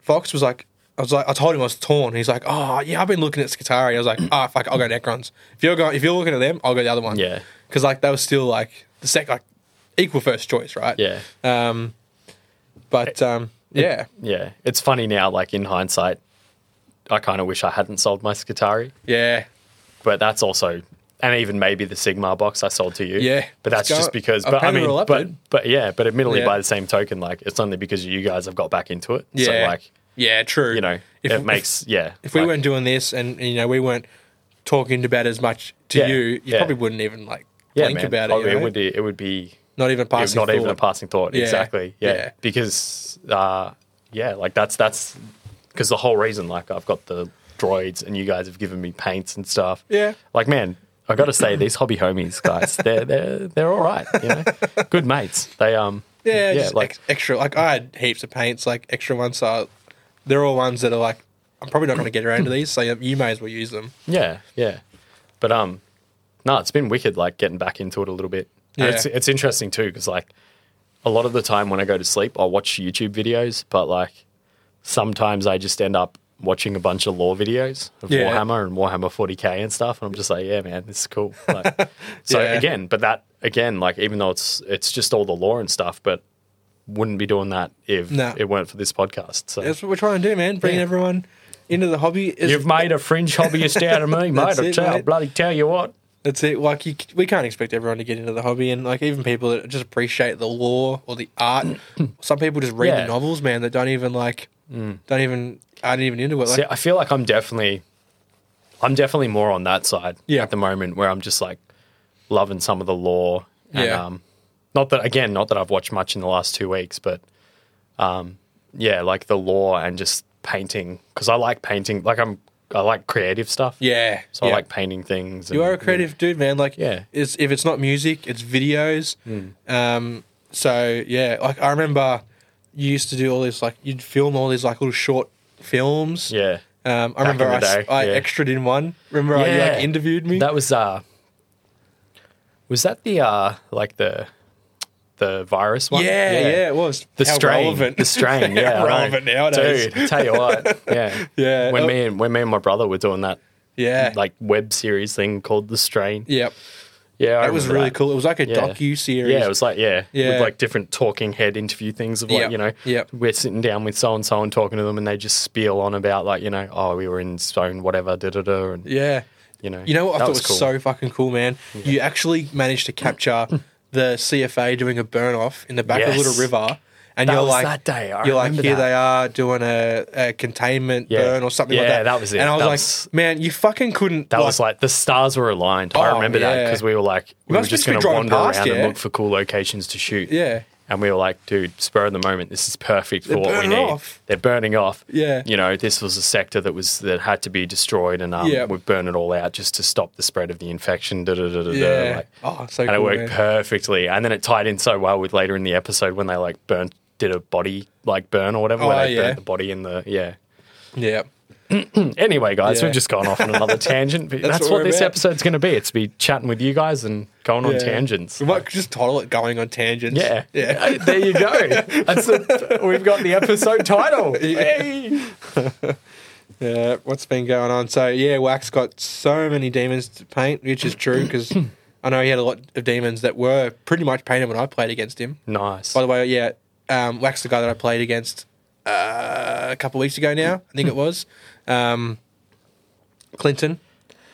Speaker 1: Fox was like. I was like, I told him I was torn. He's like, oh yeah, I've been looking at Skatari. I was like, ah, fuck, I'll go Necrons. If you're going, if you're looking at them, I'll go the other one.
Speaker 2: Yeah.
Speaker 1: because like they were still like the sec, like equal first choice, right?
Speaker 2: yeah.
Speaker 1: Um, but um, yeah,
Speaker 2: Yeah, it's funny now. Like in hindsight, I kind of wish I hadn't sold my Skatari,
Speaker 1: yeah,
Speaker 2: but that's also, and even maybe the Sigma box I sold to you.
Speaker 1: Yeah.
Speaker 2: but that's
Speaker 1: It's gone-
Speaker 2: just because.
Speaker 1: I've
Speaker 2: But I
Speaker 1: paid it all
Speaker 2: mean,
Speaker 1: up,
Speaker 2: but
Speaker 1: dude.
Speaker 2: but yeah, but admittedly,
Speaker 1: Yeah.
Speaker 2: by the same token, like it's only because you guys have got back into it.
Speaker 1: yeah,
Speaker 2: So like
Speaker 1: yeah, true.
Speaker 2: you know,
Speaker 1: if,
Speaker 2: it makes yeah.
Speaker 1: if, if we
Speaker 2: like,
Speaker 1: weren't doing this and you know we weren't talking about it as much to
Speaker 2: Yeah,
Speaker 1: you, you
Speaker 2: yeah.
Speaker 1: probably wouldn't even like
Speaker 2: yeah,
Speaker 1: think
Speaker 2: man,
Speaker 1: about it.
Speaker 2: oh,
Speaker 1: you know?
Speaker 2: would be it would be
Speaker 1: not even
Speaker 2: it's
Speaker 1: passing.
Speaker 2: not even a
Speaker 1: thought.
Speaker 2: passing thought.
Speaker 1: Yeah.
Speaker 2: Exactly. Yeah.
Speaker 1: Yeah.
Speaker 2: Because uh, yeah, like that's that's because the whole reason like I've got the droids and you guys have given me paints and stuff.
Speaker 1: Yeah.
Speaker 2: Like man, I got to say these hobby homies guys, they're they're they're all right. You know, good mates. They um
Speaker 1: Yeah,
Speaker 2: yeah
Speaker 1: just
Speaker 2: like
Speaker 1: like extra. Like I had heaps of paints, like extra ones. So they're all ones that are like I'm probably not going to get around to these, so you may as well use them.
Speaker 2: Yeah, yeah. But um, no, it's been wicked. Like getting back into it a little bit. And
Speaker 1: Yeah.
Speaker 2: it's it's interesting too because like a lot of the time when I go to sleep, I'll watch YouTube videos, but like sometimes I just end up watching a bunch of lore videos of
Speaker 1: Yeah.
Speaker 2: Warhammer and Warhammer 40k and stuff, and I'm just like, yeah, man, this is cool. Like, so
Speaker 1: Yeah.
Speaker 2: again, but that again, like even though it's it's just all the lore and stuff, but wouldn't be doing that if
Speaker 1: No.
Speaker 2: it weren't for this podcast. So
Speaker 1: That's what we're trying to do, man. Bringing
Speaker 2: Yeah.
Speaker 1: everyone into the hobby. Is,
Speaker 2: you've made a fringe hobbyist out of me, mate.
Speaker 1: That's
Speaker 2: I
Speaker 1: it,
Speaker 2: tell,
Speaker 1: mate.
Speaker 2: bloody tell you what.
Speaker 1: That's it. Like you, we can't expect everyone to get into the hobby, and like even people that just appreciate the lore or the art. some people just read
Speaker 2: Yeah.
Speaker 1: the
Speaker 2: Mm.
Speaker 1: novels, man. That don't even like, don't even aren't even into it. Like,
Speaker 2: See, I feel like I'm definitely, I'm definitely more on that side
Speaker 1: Yeah.
Speaker 2: at the moment, where I'm just like loving some of the lore. And,
Speaker 1: Yeah.
Speaker 2: Um, not that again, not that I've watched much in the last two weeks, but um, yeah, like the lore and just painting because I like painting. Like I'm, I like creative stuff.
Speaker 1: yeah,
Speaker 2: So
Speaker 1: yeah.
Speaker 2: I like painting things.
Speaker 1: You
Speaker 2: and-
Speaker 1: are a creative dude, man. Like,
Speaker 2: Yeah. Hmm.
Speaker 1: it's, if it's not music, it's videos. Um, so yeah, like I remember you used to do all this, like you'd film all these like little short films.
Speaker 2: Yeah.
Speaker 1: Um, I
Speaker 2: Back
Speaker 1: remember
Speaker 2: in the
Speaker 1: I, s-
Speaker 2: day,
Speaker 1: I
Speaker 2: yeah.
Speaker 1: extraed in one. Remember I you, like interviewed me.
Speaker 2: That was uh, was that the uh, like the, the virus one?
Speaker 1: yeah, yeah, it was.
Speaker 2: The
Speaker 1: How
Speaker 2: strain,
Speaker 1: relevant.
Speaker 2: the strain, yeah, I know.
Speaker 1: relevant nowadays.
Speaker 2: Dude, I tell you what, yeah,
Speaker 1: Yeah.
Speaker 2: When
Speaker 1: Oh.
Speaker 2: me and when me and my brother were doing that
Speaker 1: yeah.
Speaker 2: like web series thing called The Strain,
Speaker 1: Yep.
Speaker 2: yeah, I
Speaker 1: That was
Speaker 2: remember
Speaker 1: really
Speaker 2: that.
Speaker 1: cool. It was like a
Speaker 2: Yeah.
Speaker 1: docu series.
Speaker 2: Yeah, it was like yeah,
Speaker 1: Yeah.
Speaker 2: with like different talking head interview things of like
Speaker 1: Yep,
Speaker 2: you know,
Speaker 1: yep.
Speaker 2: we're sitting down with so and so and talking to them, and they just spiel on about like you know, oh, we were in zone whatever, da da da, and
Speaker 1: yeah.
Speaker 2: you know,
Speaker 1: You know what I
Speaker 2: that
Speaker 1: thought was,
Speaker 2: cool.
Speaker 1: so fucking cool, man? You actually managed to capture the CFA doing a burn off in the back of
Speaker 2: Yes.
Speaker 1: Little River. And
Speaker 2: That
Speaker 1: you're
Speaker 2: was
Speaker 1: like,
Speaker 2: that day. I
Speaker 1: you're like,
Speaker 2: remember
Speaker 1: here
Speaker 2: that.
Speaker 1: they are doing a, a containment
Speaker 2: Yeah.
Speaker 1: burn or something like
Speaker 2: Yeah,
Speaker 1: that.
Speaker 2: that was it.
Speaker 1: And I was
Speaker 2: That
Speaker 1: like,
Speaker 2: was-
Speaker 1: man, you fucking couldn't.
Speaker 2: That was like the stars were aligned. I
Speaker 1: Oh,
Speaker 2: remember that
Speaker 1: yeah.
Speaker 2: because we were like, we were
Speaker 1: must
Speaker 2: just
Speaker 1: just be
Speaker 2: going to
Speaker 1: driving
Speaker 2: wander
Speaker 1: past,
Speaker 2: around and
Speaker 1: yeah.
Speaker 2: look for cool locations to shoot.
Speaker 1: yeah.
Speaker 2: And we were like, dude, spur of the moment. This is perfect for
Speaker 1: They're
Speaker 2: what we
Speaker 1: burning
Speaker 2: need.
Speaker 1: off.
Speaker 2: They're burning off.
Speaker 1: Yeah.
Speaker 2: You know, this was a sector that was that had to be destroyed, and um,
Speaker 1: Yeah.
Speaker 2: we burn it all out just to stop the spread of the infection. Da, da, da, da,
Speaker 1: Yeah.
Speaker 2: Da, like,
Speaker 1: oh, so
Speaker 2: and it
Speaker 1: cool,
Speaker 2: worked
Speaker 1: man.
Speaker 2: perfectly. And then it tied in so well with later in the episode when they like burnt did a body like burn or whatever,
Speaker 1: Oh,
Speaker 2: where they
Speaker 1: yeah.
Speaker 2: burnt the body in the yeah.
Speaker 1: Yeah.
Speaker 2: Anyway, guys,
Speaker 1: Yeah.
Speaker 2: we've just gone off on another tangent. But
Speaker 1: That's
Speaker 2: that's,
Speaker 1: what
Speaker 2: what,
Speaker 1: we're
Speaker 2: this
Speaker 1: about.
Speaker 2: episode's going to be. It's be chatting with you guys and going on
Speaker 1: Yeah.
Speaker 2: tangents.
Speaker 1: We might just title it "Going on Tangents."
Speaker 2: Yeah.
Speaker 1: yeah.
Speaker 2: Hey, There you go. That's the we've got the episode title. Hey.
Speaker 1: Yeah, what's been going on? So yeah, Wax got so many demons to paint, which is true because I know he had a lot of demons that were pretty much painted when I played against him.
Speaker 2: Nice.
Speaker 1: By the way, yeah, um, Wax the guy that I played against uh, a couple of weeks ago now, I think it was um, Clinton.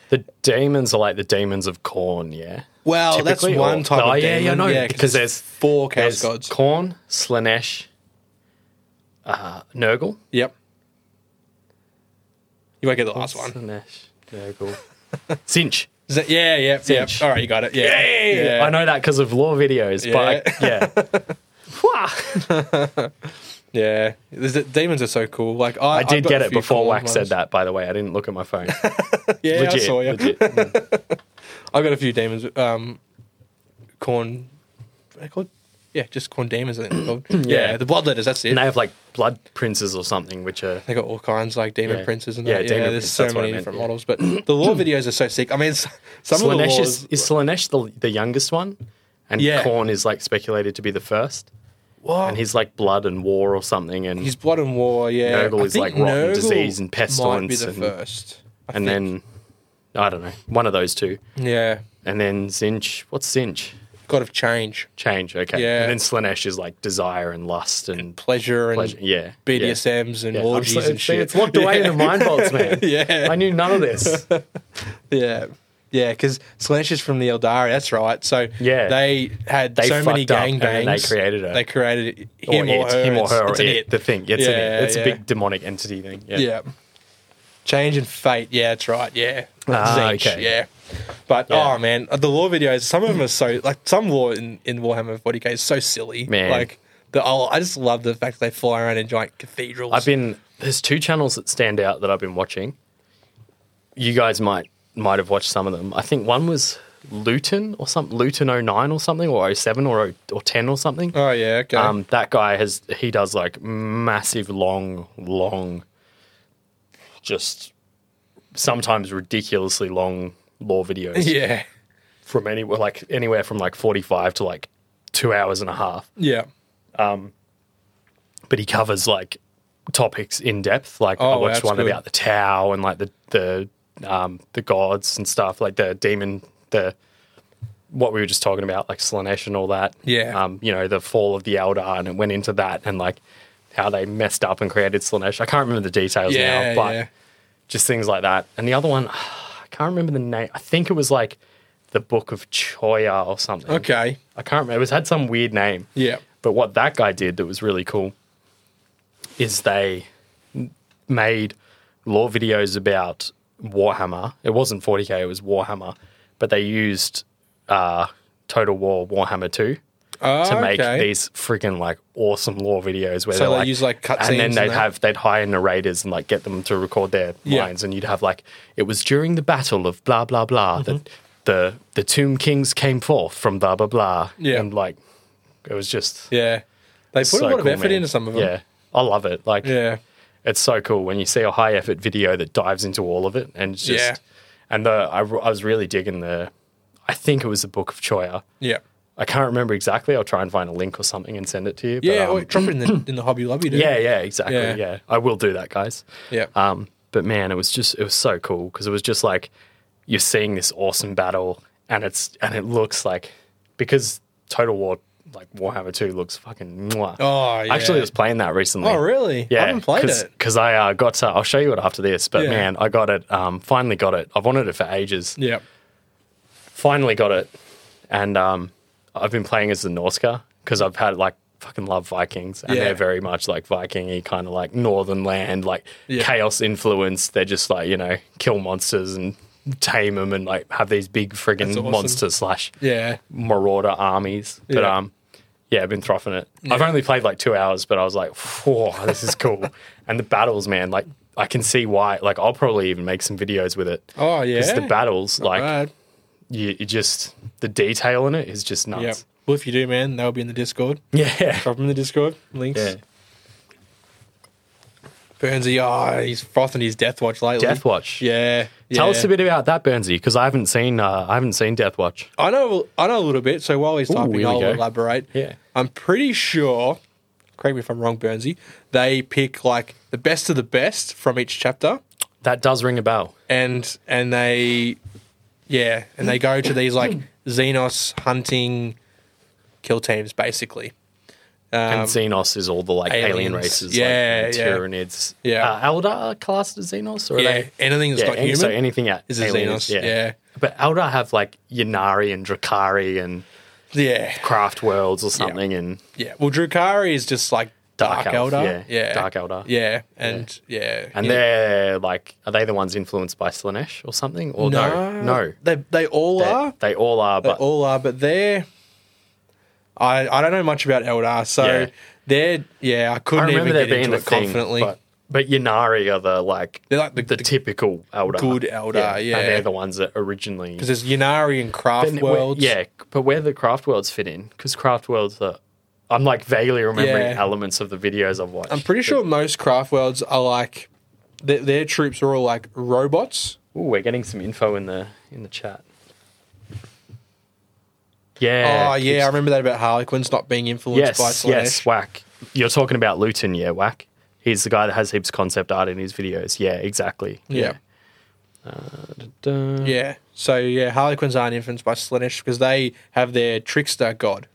Speaker 2: The demons are like the demons of corn, yeah.
Speaker 1: Well, that's
Speaker 2: Typically,
Speaker 1: one
Speaker 2: or-
Speaker 1: type
Speaker 2: Oh,
Speaker 1: of
Speaker 2: yeah,
Speaker 1: demon.
Speaker 2: yeah, no, because there's
Speaker 1: four chaos
Speaker 2: There's
Speaker 1: gods.
Speaker 2: corn, Slanesh, uh, Nurgle.
Speaker 1: yep. You won't get the last one.
Speaker 2: Slanesh, Nurgle, Cinch.
Speaker 1: Is that- yeah, yeah, yeah.
Speaker 2: Cinch.
Speaker 1: All right, you got it. Yeah,
Speaker 2: Hey!
Speaker 1: yeah.
Speaker 2: I know that because of lore videos, but I, yeah. Wah!
Speaker 1: Yeah, There's- the demons are so cool. Like I,
Speaker 2: I
Speaker 1: I've
Speaker 2: did
Speaker 1: got
Speaker 2: get
Speaker 1: a
Speaker 2: it
Speaker 1: few
Speaker 2: before
Speaker 1: cool
Speaker 2: Wax said
Speaker 1: ones.
Speaker 2: that, by the way. I didn't look at my phone.
Speaker 1: Yeah,
Speaker 2: legit,
Speaker 1: I saw you.
Speaker 2: legit. Mm.
Speaker 1: I've got a few demons. Um, corn. What are they called? Yeah, just corn demons. I think they're called. yeah.
Speaker 2: Yeah.
Speaker 1: the bloodletters. That's it.
Speaker 2: And they have like blood princes or something, which are
Speaker 1: They got all kinds like demon
Speaker 2: Yeah.
Speaker 1: princes and
Speaker 2: Yeah,
Speaker 1: that. Yeah,
Speaker 2: demon
Speaker 1: there's
Speaker 2: prince,
Speaker 1: so
Speaker 2: that's what
Speaker 1: many
Speaker 2: I meant,
Speaker 1: different
Speaker 2: yeah.
Speaker 1: models. But the lore videos are so sick. I mean, s- some of the
Speaker 2: Slanesh
Speaker 1: laws.
Speaker 2: is, is Slanesh the, the youngest one, and
Speaker 1: Yeah.
Speaker 2: Corn is like speculated to be the first,
Speaker 1: Whoa.
Speaker 2: and he's like blood and war or something, and
Speaker 1: He's blood and war. Yeah,
Speaker 2: Nurgle
Speaker 1: I
Speaker 2: is,
Speaker 1: think
Speaker 2: like, rotten
Speaker 1: Nurgle
Speaker 2: disease and
Speaker 1: Might be
Speaker 2: pestilence
Speaker 1: the
Speaker 2: and-
Speaker 1: first. I
Speaker 2: and
Speaker 1: think.
Speaker 2: then I don't know, one of those two,
Speaker 1: yeah,
Speaker 2: and then Zinch. What's Zinch?
Speaker 1: God of change,
Speaker 2: Change. Okay,
Speaker 1: Yeah.
Speaker 2: and then Slanesh is like desire and lust and
Speaker 1: pleasure and
Speaker 2: pleasure. Yeah, Yeah.
Speaker 1: BDSMs and
Speaker 2: Yeah. I'm
Speaker 1: orgies
Speaker 2: so-
Speaker 1: and
Speaker 2: see,
Speaker 1: shit.
Speaker 2: It's locked away in the mind vaults, man.
Speaker 1: Yeah.
Speaker 2: I knew none of this.
Speaker 1: Yeah. Yeah, because Slanesh is from the Eldari. That's right. So
Speaker 2: Yeah.
Speaker 1: they had
Speaker 2: They
Speaker 1: so many
Speaker 2: fucked up and then
Speaker 1: gangbangs.
Speaker 2: they created her.
Speaker 1: They created it-
Speaker 2: Or
Speaker 1: him or,
Speaker 2: it,
Speaker 1: her.
Speaker 2: him or
Speaker 1: It's-
Speaker 2: her,
Speaker 1: It's,
Speaker 2: or
Speaker 1: an
Speaker 2: it,
Speaker 1: it.
Speaker 2: the thing. It's an
Speaker 1: Yeah,
Speaker 2: it. It's
Speaker 1: yeah.
Speaker 2: a big demonic entity thing.
Speaker 1: Yeah. Change and fate. Yeah, that's right. Yeah.
Speaker 2: Ah,
Speaker 1: Zeech,
Speaker 2: okay.
Speaker 1: Yeah. But
Speaker 2: Yeah.
Speaker 1: oh man, the lore videos. Some of them are so like some lore in, in Warhammer 40k is so silly.
Speaker 2: Man.
Speaker 1: Like the oh, I just love the fact that they fly around in giant cathedrals.
Speaker 2: I've been there's two channels that stand out that I've been watching. You guys might might have watched some of them. I think one was Luton or something, Luton 09 or something, or 07 or 0- or 10 or something.
Speaker 1: oh yeah. Okay.
Speaker 2: Um, that guy has he does like massive, long, long, just sometimes ridiculously long lore videos
Speaker 1: yeah.
Speaker 2: from anywhere like anywhere from like 45 to like two hours and a half
Speaker 1: Yeah.
Speaker 2: but he covers like topics in depth. Like
Speaker 1: Oh,
Speaker 2: I
Speaker 1: that's
Speaker 2: watched one
Speaker 1: good.
Speaker 2: about the Tao and like the the um, the gods and stuff, like the demon, the what we were just talking about, like Slanesh and all that.
Speaker 1: Yeah.
Speaker 2: Um, you know, the fall of the Eldar, and it went into that and like how they messed up and created Slanesh. I can't remember the details
Speaker 1: Yeah.
Speaker 2: now, but
Speaker 1: yeah.
Speaker 2: just things like that. And the other one, I can't remember the name. I think it was like the Book of Choya or something.
Speaker 1: Okay.
Speaker 2: I can't remember. It was had some weird name.
Speaker 1: Yeah.
Speaker 2: But what that guy did that was really cool is they made lore videos about Warhammer. It wasn't 40k, it was Warhammer, but they used uh, Total War Warhammer 2
Speaker 1: Oh,
Speaker 2: to make
Speaker 1: okay.
Speaker 2: these freaking like awesome lore videos where
Speaker 1: So
Speaker 2: they're
Speaker 1: they
Speaker 2: like,
Speaker 1: use, like, cutscenes
Speaker 2: and then
Speaker 1: and
Speaker 2: they'd
Speaker 1: that?
Speaker 2: have they'd hire narrators and like get them to record their
Speaker 1: Yeah.
Speaker 2: lines and you'd have like it was during the battle of blah blah blah that
Speaker 1: Mm-hmm.
Speaker 2: the the tomb kings came forth from blah blah blah
Speaker 1: Yeah.
Speaker 2: and like it was just
Speaker 1: Yeah. They put
Speaker 2: so
Speaker 1: a lot of
Speaker 2: cool,
Speaker 1: effort
Speaker 2: man.
Speaker 1: into some of them.
Speaker 2: yeah I love it like
Speaker 1: Yeah.
Speaker 2: it's so cool when you see a high effort video that dives into all of it and it's just
Speaker 1: Yeah.
Speaker 2: and the I, I was really digging the I think it was the book of Choya
Speaker 1: Yeah.
Speaker 2: I can't remember exactly I'll try and find a link or something and send it to you but,
Speaker 1: Yeah,
Speaker 2: um,
Speaker 1: or drop it in the in the hobby lobby. Dude.
Speaker 2: yeah yeah exactly
Speaker 1: Yeah.
Speaker 2: yeah. I will do that guys
Speaker 1: yeah,
Speaker 2: um but man it was just it was so cool because it was just like you're seeing this awesome battle and it's and it looks like because Total War like Warhammer 2 looks fucking mwah.
Speaker 1: Oh,
Speaker 2: I actually
Speaker 1: yeah.
Speaker 2: was playing that recently
Speaker 1: Oh, really?
Speaker 2: yeah,
Speaker 1: I haven't played
Speaker 2: cause,
Speaker 1: it.
Speaker 2: 'cause I uh, got to. I'll show you it after this. But
Speaker 1: Yeah.
Speaker 2: man, I got it. Um, finally got it. I've wanted it for ages.
Speaker 1: Yeah.
Speaker 2: Finally got it, and um, I've been playing as the Norska because I've had like fucking love Vikings, and
Speaker 1: Yeah.
Speaker 2: they're very much like Vikingy, kind of like northern land, like
Speaker 1: Yeah.
Speaker 2: chaos influence. They're just like you know kill monsters and tame them and like have these big friggin'
Speaker 1: That's awesome.
Speaker 2: monster slash
Speaker 1: Yeah.
Speaker 2: marauder armies. But
Speaker 1: Yeah.
Speaker 2: um, yeah, I've been throffing it. I've only played like two hours, but I was like, whoa, this is cool. and the battles, man, like I can see why. Like I'll probably even make some videos with it.
Speaker 1: Oh,
Speaker 2: Because the
Speaker 1: yeah.
Speaker 2: battles, like
Speaker 1: Right.
Speaker 2: you, you just the detail in it is just
Speaker 1: Yep.
Speaker 2: nuts.
Speaker 1: Well, if you do, man, they'll be in the Discord.
Speaker 2: Yeah.
Speaker 1: Drop them in the Discord. Links.
Speaker 2: Yeah.
Speaker 1: Burnsy, oh, he's frothing his Death Watch lately.
Speaker 2: Death Watch.
Speaker 1: Yeah.
Speaker 2: Tell
Speaker 1: yeah.
Speaker 2: us a bit about that, Burnsy, because I haven't seen uh, I haven't seen Death Watch.
Speaker 1: I know, I know a little bit. So while he's
Speaker 2: here
Speaker 1: typing,
Speaker 2: we
Speaker 1: I'll
Speaker 2: go.
Speaker 1: elaborate.
Speaker 2: Yeah.
Speaker 1: I'm pretty sure. Correct me if I'm wrong, Burnsy. They pick like the best of the best from each chapter,
Speaker 2: That does ring a bell.
Speaker 1: and and they, yeah, and they go to these like Xenos hunting kill teams, basically.
Speaker 2: and Xenos is all the like alien
Speaker 1: Um, aliens.
Speaker 2: races,
Speaker 1: Yeah,
Speaker 2: like,
Speaker 1: yeah.
Speaker 2: Tyranids.
Speaker 1: Yeah.
Speaker 2: uh, Eldar classed as Xenos, or are
Speaker 1: Yeah,
Speaker 2: they?
Speaker 1: anything that's
Speaker 2: yeah,
Speaker 1: not
Speaker 2: any-
Speaker 1: human
Speaker 2: So anything at
Speaker 1: is a
Speaker 2: aliens,
Speaker 1: Xenos, yeah.
Speaker 2: But Eldar have like Yanari and Drakari and
Speaker 1: Yeah,
Speaker 2: Craft Worlds or something, and
Speaker 1: yeah. Well, Drukari is just like Dark,
Speaker 2: Dark Elf,
Speaker 1: Elder.
Speaker 2: yeah. Dark Elder.
Speaker 1: Yeah, and yeah,
Speaker 2: and
Speaker 1: yeah.
Speaker 2: they're like, are they the ones influenced by Slanesh or something? Or no, no,
Speaker 1: they they all
Speaker 2: They're-
Speaker 1: are.
Speaker 2: they all are,
Speaker 1: They
Speaker 2: but
Speaker 1: all are, but they're. I, I don't know much about Eldar, so
Speaker 2: Yeah.
Speaker 1: they're yeah. I
Speaker 2: I
Speaker 1: couldn't even
Speaker 2: remember there
Speaker 1: get
Speaker 2: being
Speaker 1: into
Speaker 2: a
Speaker 1: it
Speaker 2: thing.
Speaker 1: confidently.
Speaker 2: but, but Yanari are the like
Speaker 1: They're like the-
Speaker 2: the,
Speaker 1: the
Speaker 2: typical Eldar,
Speaker 1: good Eldar, yeah.
Speaker 2: and they're the ones that originally
Speaker 1: Because there's Yanari and Craft
Speaker 2: And where-
Speaker 1: Worlds.
Speaker 2: Yeah, but where the craft worlds fit in? Because craft worlds are. I'm like vaguely remembering
Speaker 1: Yeah.
Speaker 2: elements of the videos I've watched.
Speaker 1: I'm pretty sure most Craft Worlds are like their, their troops are all like robots.
Speaker 2: Ooh, we're getting some info in the in the chat.
Speaker 1: Oh
Speaker 2: Yeah.
Speaker 1: yeah, I remember that about Harlequins not being influenced
Speaker 2: Yes.
Speaker 1: by Slanesh.
Speaker 2: Yes. Whack. You're talking about Luton, yeah? Whack. He's the guy that has heaps of concept art in his videos. Yeah. Exactly.
Speaker 1: Yeah.
Speaker 2: Yeah.
Speaker 1: Yeah. So yeah, Harlequins aren't influenced by Slanesh because they have their trickster god.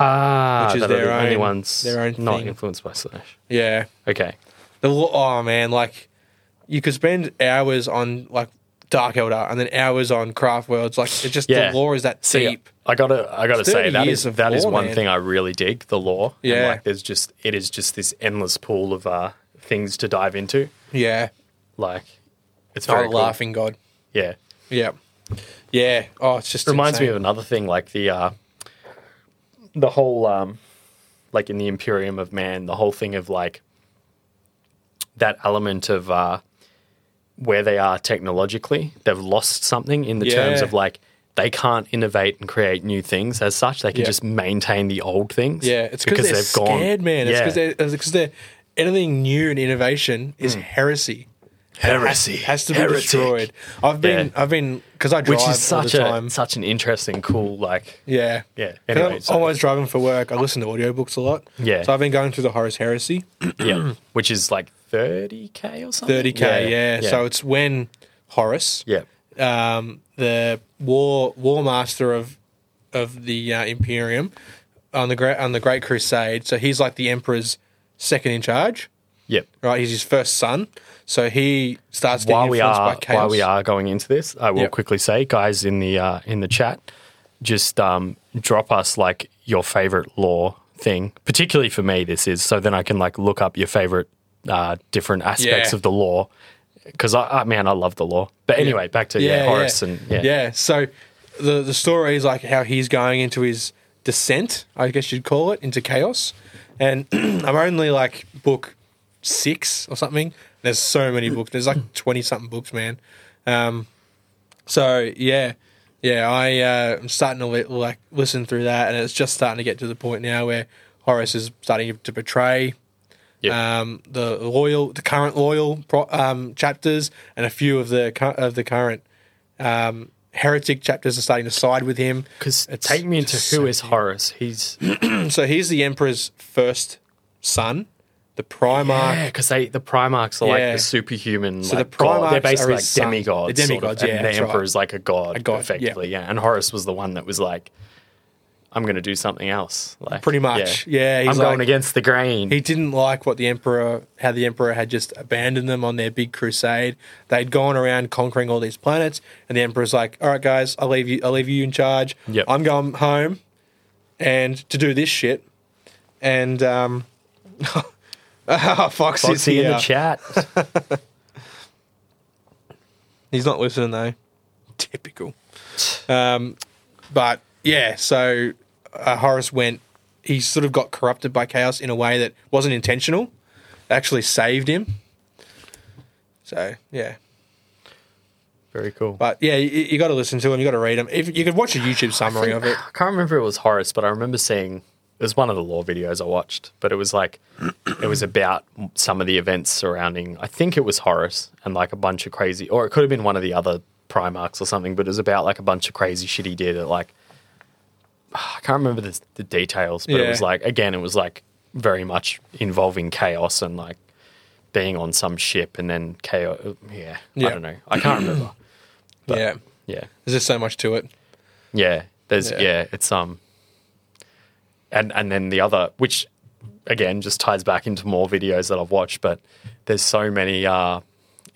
Speaker 2: Ah,
Speaker 1: Which is
Speaker 2: that are
Speaker 1: their
Speaker 2: the only
Speaker 1: own-
Speaker 2: ones
Speaker 1: their own
Speaker 2: not
Speaker 1: thing.
Speaker 2: influenced by Slash.
Speaker 1: Yeah.
Speaker 2: Okay.
Speaker 1: The lo- oh man, like you could spend hours on like Dark Elder and then hours on Craft Worlds. Like it just
Speaker 2: Yeah.
Speaker 1: the lore is that
Speaker 2: See,
Speaker 1: deep.
Speaker 2: I gotta, I gotta
Speaker 1: It's 30
Speaker 2: say that
Speaker 1: years
Speaker 2: is
Speaker 1: of
Speaker 2: that is
Speaker 1: lore,
Speaker 2: one
Speaker 1: man.
Speaker 2: thing I really dig the lore. And,
Speaker 1: Yeah.
Speaker 2: like there's just it is just this endless pool of uh, things to dive into.
Speaker 1: yeah.
Speaker 2: Like it's
Speaker 1: Oh,
Speaker 2: very
Speaker 1: the
Speaker 2: cool.
Speaker 1: laughing god.
Speaker 2: Yeah,
Speaker 1: Yeah. Yeah. Oh, it's just
Speaker 2: reminds me
Speaker 1: insane.
Speaker 2: of another thing like the uh, the whole um, like in the Imperium of Man, the whole thing of like that element of uh, where they are technologically. They've lost something in the terms
Speaker 1: Yeah.
Speaker 2: of like. They can't innovate and create new things as such. They can
Speaker 1: Yeah.
Speaker 2: just maintain the old things.
Speaker 1: Yeah, it's because they're scared, man. It's
Speaker 2: Yeah.
Speaker 1: because they're, it's 'cause they're anything new and innovation is heresy.
Speaker 2: heresy
Speaker 1: Has to be
Speaker 2: Hmm. Heretic.
Speaker 1: destroyed. I've been,
Speaker 2: Yeah.
Speaker 1: I've been, because I drive
Speaker 2: which is
Speaker 1: all
Speaker 2: such
Speaker 1: the
Speaker 2: a
Speaker 1: time.
Speaker 2: such an interesting, cool like
Speaker 1: yeah,
Speaker 2: yeah.
Speaker 1: 'Cause
Speaker 2: Anyway,
Speaker 1: I'm
Speaker 2: so-
Speaker 1: always driving for work. I listen to audiobooks a lot.
Speaker 2: Yeah.
Speaker 1: so I've been going through the Horus Heresy.
Speaker 2: yeah, which is like thirty k or something.
Speaker 1: 30k yeah,
Speaker 2: yeah.
Speaker 1: so it's when horace
Speaker 2: yeah,
Speaker 1: um, the war war master of of the uh, imperium on the great on the great crusade so he's like the emperor's second in charge
Speaker 2: yeah.
Speaker 1: right he's his first son so he starts getting
Speaker 2: While we
Speaker 1: influenced by
Speaker 2: are
Speaker 1: chaos
Speaker 2: while we are going into this, I will
Speaker 1: Yep.
Speaker 2: quickly say, guys in the uh, in the chat, just um, drop us like your favorite lore thing. Particularly for me, this is so then I can like look up your favorite uh, different aspects
Speaker 1: Yeah.
Speaker 2: of the lore. Because I, I man, I love the lore. But anyway, back to yeah, Horace and yeah,
Speaker 1: So the the story is like how he's going into his descent, I guess you'd call it, into chaos. And I'm only like book six or something. There's so many books. There's like twenty something books, man. Um, so yeah, yeah. I uh, I'm starting to li- like listen through that, and it's just starting to get to the point now where Horace is starting to betray
Speaker 2: yeah.
Speaker 1: um, the loyal, the current loyal pro, um, chapters, and a few of the cu- of the current um, heretic chapters are starting to side with him.
Speaker 2: Because
Speaker 1: It's
Speaker 2: take me into
Speaker 1: just
Speaker 2: who
Speaker 1: so
Speaker 2: is Horus. He's
Speaker 1: So he's the emperor's first son, the Primarch.
Speaker 2: yeah, because they the Primarchs are
Speaker 1: Yeah.
Speaker 2: like the superhuman.
Speaker 1: So
Speaker 2: So
Speaker 1: the
Speaker 2: the god.
Speaker 1: Primarchs
Speaker 2: they're
Speaker 1: are
Speaker 2: basically
Speaker 1: his
Speaker 2: like
Speaker 1: son.
Speaker 2: demigods.
Speaker 1: The
Speaker 2: sort of,
Speaker 1: demigods, yeah,
Speaker 2: and the
Speaker 1: that's
Speaker 2: emperor
Speaker 1: right.
Speaker 2: is like a god,
Speaker 1: A god, yeah.
Speaker 2: effectively. Yeah. and Horus was the one that was like, "I'm going to do something else." Like
Speaker 1: Pretty much, yeah, he's
Speaker 2: I'm going
Speaker 1: like-
Speaker 2: against the grain.
Speaker 1: He didn't like what the emperor, how the emperor had just abandoned them on their big crusade. They'd gone around conquering all these planets, and the emperor's like, "All right, guys, I'll leave you. I'll leave you in charge.
Speaker 2: Yep.
Speaker 1: I'm going home, and to do this shit." And um, Foxy's
Speaker 2: Foxy
Speaker 1: here.
Speaker 2: in the chat.
Speaker 1: He's not listening though. Typical. Um, but yeah, so uh, Horace went. he sort of got corrupted by chaos in a way that wasn't intentional. It actually saved him. So yeah,
Speaker 2: Very cool.
Speaker 1: but yeah, you, you got to listen to him. You got to read him. If you could watch a YouTube summary of it,
Speaker 2: I can't remember if it was Horace, but I remember seeing it was one of the law videos I watched, but it was like it was about some of the events surrounding. I think it was Horace and like a bunch of crazy, or it could have been one of the other Primarchs or something. But it was about like a bunch of crazy shit he did. At like I can't remember the, the details, but it was
Speaker 1: Yeah.
Speaker 2: like again, it was like very much involving chaos and like being on some ship and then chaos. Yeah,
Speaker 1: Yeah.
Speaker 2: I don't know. I can't remember.
Speaker 1: yeah,
Speaker 2: Yeah.
Speaker 1: there's just so much to it.
Speaker 2: Yeah, there's
Speaker 1: Yeah.
Speaker 2: yeah. it's um, and and then the other, which again just ties back into more videos that I've watched, but there's so many uh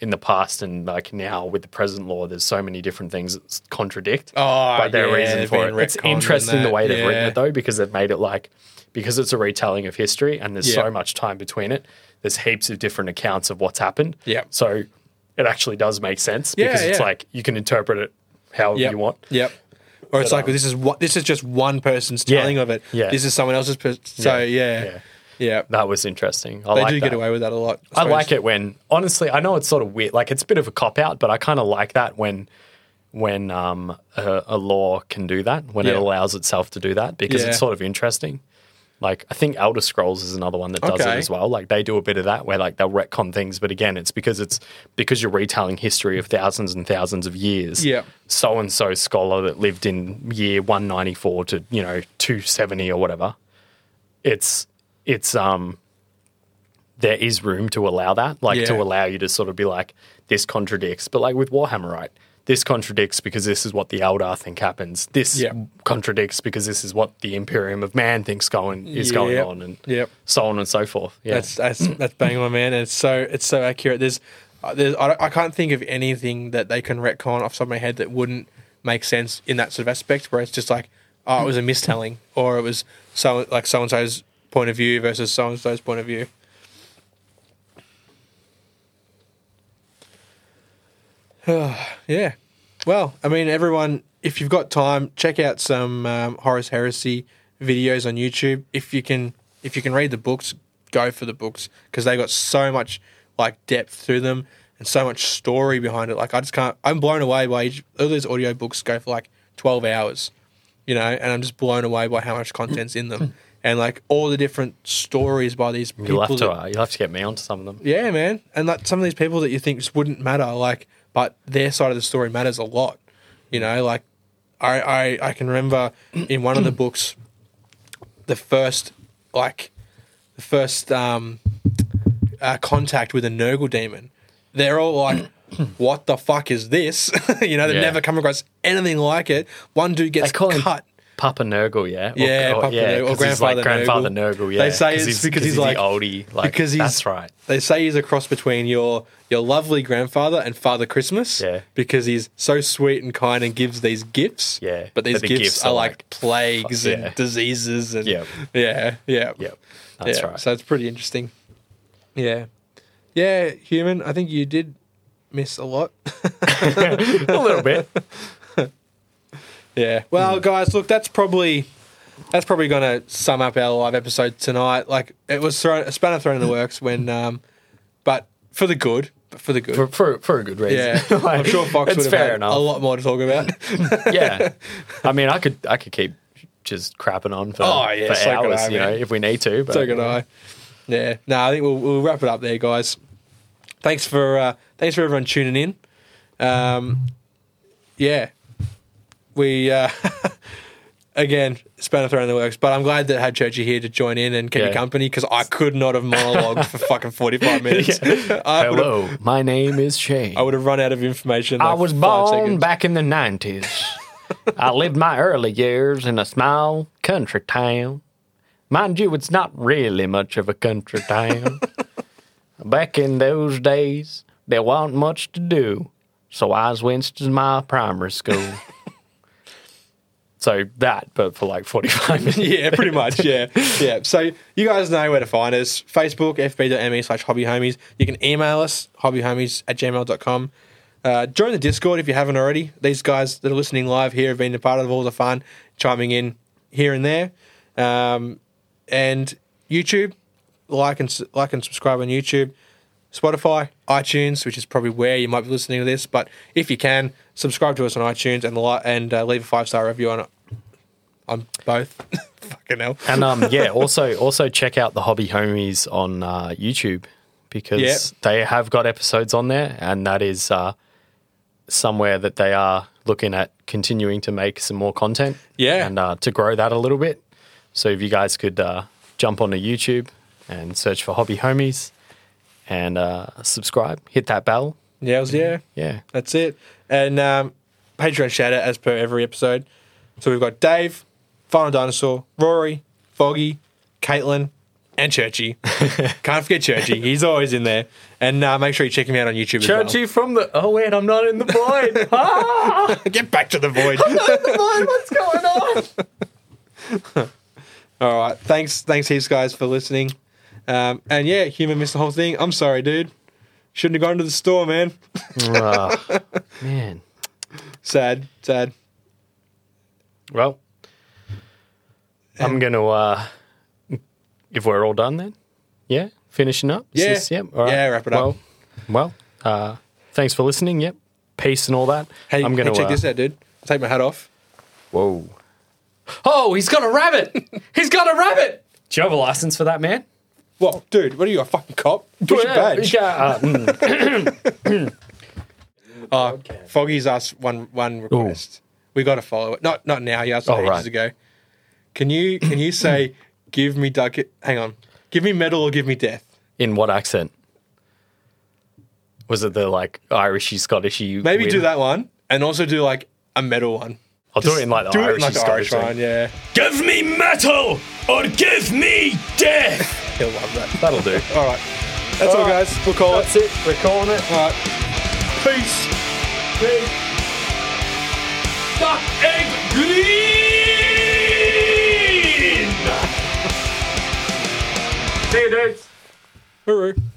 Speaker 2: in the past and like now with the present law, there's so many different things that s- contradict.
Speaker 1: Oh,
Speaker 2: but their
Speaker 1: yeah,
Speaker 2: reason
Speaker 1: they've
Speaker 2: for
Speaker 1: been
Speaker 2: it. It's
Speaker 1: retconned and
Speaker 2: interesting the
Speaker 1: that,
Speaker 2: way they've
Speaker 1: yeah.
Speaker 2: written it though, because they've made it like because it's a retelling of history and there's
Speaker 1: Yeah.
Speaker 2: so much time between it. There's heaps of different accounts of what's happened.
Speaker 1: Yeah.
Speaker 2: So it actually does make sense
Speaker 1: Yeah,
Speaker 2: because it's
Speaker 1: yeah.
Speaker 2: like you can interpret it however
Speaker 1: Yep.
Speaker 2: you want.
Speaker 1: Yep. Or it's
Speaker 2: But,
Speaker 1: like
Speaker 2: um,
Speaker 1: this is what this is just one person's
Speaker 2: Yeah.
Speaker 1: telling of it.
Speaker 2: Yeah.
Speaker 1: This is someone else's. Per- so yeah, yeah.
Speaker 2: Yeah. That was interesting. I
Speaker 1: They
Speaker 2: like
Speaker 1: do
Speaker 2: that.
Speaker 1: get away with that a lot.
Speaker 2: I like it when honestly, I know it's sort of weird. Like it's a bit of a cop out, but I kind of like that when when um, a, a law can do that, when
Speaker 1: Yeah.
Speaker 2: it allows itself to do that, because
Speaker 1: Yeah.
Speaker 2: it's sort of interesting. Like I think Elder Scrolls is another one that does
Speaker 1: Okay.
Speaker 2: it as well. Like they do a bit of that where like they'll retcon things, but again, it's because it's because you're retelling history of thousands and thousands of years.
Speaker 1: Yeah.
Speaker 2: So and so scholar that lived in year 194 to you know 270 or whatever. It's it's um there is room to allow that, like
Speaker 1: Yeah.
Speaker 2: to allow you to sort of be like, this contradicts. But like with Warhammer, right? This contradicts because this is what the Eldar think happens. This
Speaker 1: Yeah.
Speaker 2: contradicts because this is what the Imperium of Man thinks going is going
Speaker 1: Yep.
Speaker 2: on, and
Speaker 1: Yep.
Speaker 2: so on and so forth. Yeah,
Speaker 1: That's that's that's bang on, man. And it's so it's so accurate. There's, uh, there's I, don't- I can't think of anything that they can retcon off the top of my head that wouldn't make sense in that sort of aspect where it's just like, oh, it was a mistelling, or it was so like so and so's point of view versus so and so's point of view. yeah. Well, I mean, everyone, if you've got time, check out some um, Horace Heresy videos on YouTube. If you can, if you can read the books, go for the books because they got so much like depth to them and so much story behind it. Like I just can't. I'm blown away by each, all those audio books go for like twelve hours, you know, and I'm just blown away by how much content's in them and like all the different stories by these people.
Speaker 2: you'll have
Speaker 1: that-
Speaker 2: to uh, you'll have to get me onto some of them.
Speaker 1: yeah, man. And like some of these people that you think just wouldn't matter, like, but their side of the story matters a lot. You know, like I I, I can remember in one of the books, the first like the first um, uh, contact with a Nurgle demon. They're all like, "What the fuck is this?" you know, they've
Speaker 2: Yeah.
Speaker 1: never come across anything like it. One dude
Speaker 2: They
Speaker 1: gets
Speaker 2: call him
Speaker 1: cut.
Speaker 2: Papa Nurgle, yeah,
Speaker 1: Yeah, Papa Nurgle, or
Speaker 2: 'cause he's like
Speaker 1: Grandfather
Speaker 2: grandfather
Speaker 1: Nurgle.
Speaker 2: Nurgle. Yeah,
Speaker 1: They say
Speaker 2: 'cause
Speaker 1: it's because he's
Speaker 2: the
Speaker 1: like-
Speaker 2: oldie, like
Speaker 1: because he's
Speaker 2: that's right.
Speaker 1: They say he's a cross between your your lovely grandfather and Father Christmas.
Speaker 2: Yeah.
Speaker 1: Because he's so sweet and kind and gives these gifts.
Speaker 2: Yeah.
Speaker 1: But these
Speaker 2: But the
Speaker 1: gifts,
Speaker 2: gifts
Speaker 1: are,
Speaker 2: are
Speaker 1: like,
Speaker 2: like,
Speaker 1: plagues
Speaker 2: fuck,
Speaker 1: and
Speaker 2: yeah.
Speaker 1: diseases and
Speaker 2: Yep.
Speaker 1: yeah, yeah,
Speaker 2: Yep, that's
Speaker 1: Yeah,
Speaker 2: right.
Speaker 1: So it's pretty interesting. Yeah, yeah, human. I think you did miss a lot.
Speaker 2: a little bit.
Speaker 1: Yeah.
Speaker 2: Hmm.
Speaker 1: Well, guys, look, that's probably that's probably going to sum up our live episode tonight. Like it was thrown, a spanner thrown in the works when, um, but for the good, but for the good.
Speaker 2: For, for, for a good reason.
Speaker 1: yeah,
Speaker 2: Like,
Speaker 1: I'm sure Fox
Speaker 2: it's
Speaker 1: would have
Speaker 2: fair
Speaker 1: had
Speaker 2: enough.
Speaker 1: a lot more to talk about.
Speaker 2: yeah. I mean, I could I could keep just crapping on for,
Speaker 1: Oh, yeah,
Speaker 2: for
Speaker 1: so could
Speaker 2: hours,
Speaker 1: I,
Speaker 2: you know,
Speaker 1: man.
Speaker 2: if we need to. But
Speaker 1: so good I. Yeah. No, I think we'll, we'll wrap it up there, guys. Thanks for uh, thanks for everyone tuning in. Um, yeah, we uh, again spanner thrown in the works, but I'm glad that I had Churchy here to join in and keep you
Speaker 2: Yeah.
Speaker 1: company because I could not have monologued for fucking 45 minutes. I would have
Speaker 2: Hello, my name is Shane.
Speaker 1: I would have run out of information. in,
Speaker 2: I
Speaker 1: like,
Speaker 2: was
Speaker 1: five
Speaker 2: born
Speaker 1: seconds.
Speaker 2: back in the nineties. I lived my early years in a small country town. Mind you, it's not really much of a country town. back in those days, there wasn't much to do, so I was went to my primary school. so that, but for like forty-five minutes.
Speaker 1: yeah, pretty much. Yeah. Yeah. So you guys know where to find us Facebook, fb.me E slash hobbyhomies. You can email us, hobbyhomies at gmail.com. Uh, join the Discord if you haven't already. These guys that are listening live here have been a part of all the fun, chiming in here and there. Um, and YouTube. Like and s- like and subscribe on YouTube, Spotify, iTunes, which is probably where you might be listening to this. But if you can, subscribe to us on iTunes and li- and uh, leave a five star review on it. On both, fucking hell.
Speaker 2: And um, yeah, also also check out the Hobby Homies on uh, YouTube because
Speaker 1: Yeah.
Speaker 2: they have got episodes on there, and that is uh, somewhere that they are looking at continuing to make some more content.
Speaker 1: Yeah.
Speaker 2: and uh, to grow that a little bit. So if you guys could uh, jump onto YouTube and search for Hobby Homies and uh, subscribe, hit that bell.
Speaker 1: Yeah, it was, yeah.
Speaker 2: Yeah,
Speaker 1: That's it. And um, Patreon shout out as per every episode. So we've got Dave, Final Dinosaur, Rory, Foggy, Caitlin, and Churchy. Can't forget Churchy. He's always in there. And uh, make sure you check him out on YouTube as well.
Speaker 2: from the oh wait, I'm not in the void.
Speaker 1: Get back to the void.
Speaker 2: What's going on?
Speaker 1: All right. Thanks, thanks heaps, guys, for listening. Um, and yeah, human missed the whole thing. I'm sorry, dude. Shouldn't have gone to the store, man.
Speaker 2: Ah, man.
Speaker 1: Sad, sad.
Speaker 2: Well, I'm going to, uh, if we're all done then, yeah, finishing up. Is
Speaker 1: Yeah.
Speaker 2: this- yep. all right.
Speaker 1: Yeah, wrap it up.
Speaker 2: Well, well uh, thanks for listening. Yep. Peace and all that.
Speaker 1: Hey,
Speaker 2: I'm uh, going
Speaker 1: hey,
Speaker 2: to
Speaker 1: check this out, dude. I'll take my hat off.
Speaker 2: Whoa. Oh, he's got a rabbit. he's got a rabbit. Do you have a license for that, man?
Speaker 1: What, dude? What are you, a fucking cop? What's your
Speaker 2: Yeah,
Speaker 1: badge?
Speaker 2: yeah, uh, mm.
Speaker 1: Oh, Foggy's asked one one request. We got to follow it. Not not now. He asked it
Speaker 2: Oh,
Speaker 1: ages
Speaker 2: right.
Speaker 1: ago. Can you can you say give me duck? Hang on, give me medal or give me death?
Speaker 2: In what accent? Was it the like Irishy, Scottishy?
Speaker 1: Maybe do
Speaker 2: weird-
Speaker 1: that one and also do like a medal one.
Speaker 2: I'll do it in like the
Speaker 1: Do it
Speaker 2: Irishy,
Speaker 1: in, like the Irish
Speaker 2: Scottish
Speaker 1: one. Yeah,
Speaker 2: Give me metal or give me death.
Speaker 1: he'll love that.
Speaker 2: That'll do.
Speaker 1: All right, that's all,
Speaker 2: All right.
Speaker 1: guys. We'll call
Speaker 2: That's
Speaker 1: it.
Speaker 2: it. We're calling it.
Speaker 1: All right, peace.
Speaker 2: Big Duck Egg Green. See you, dudes.
Speaker 1: Hooroo.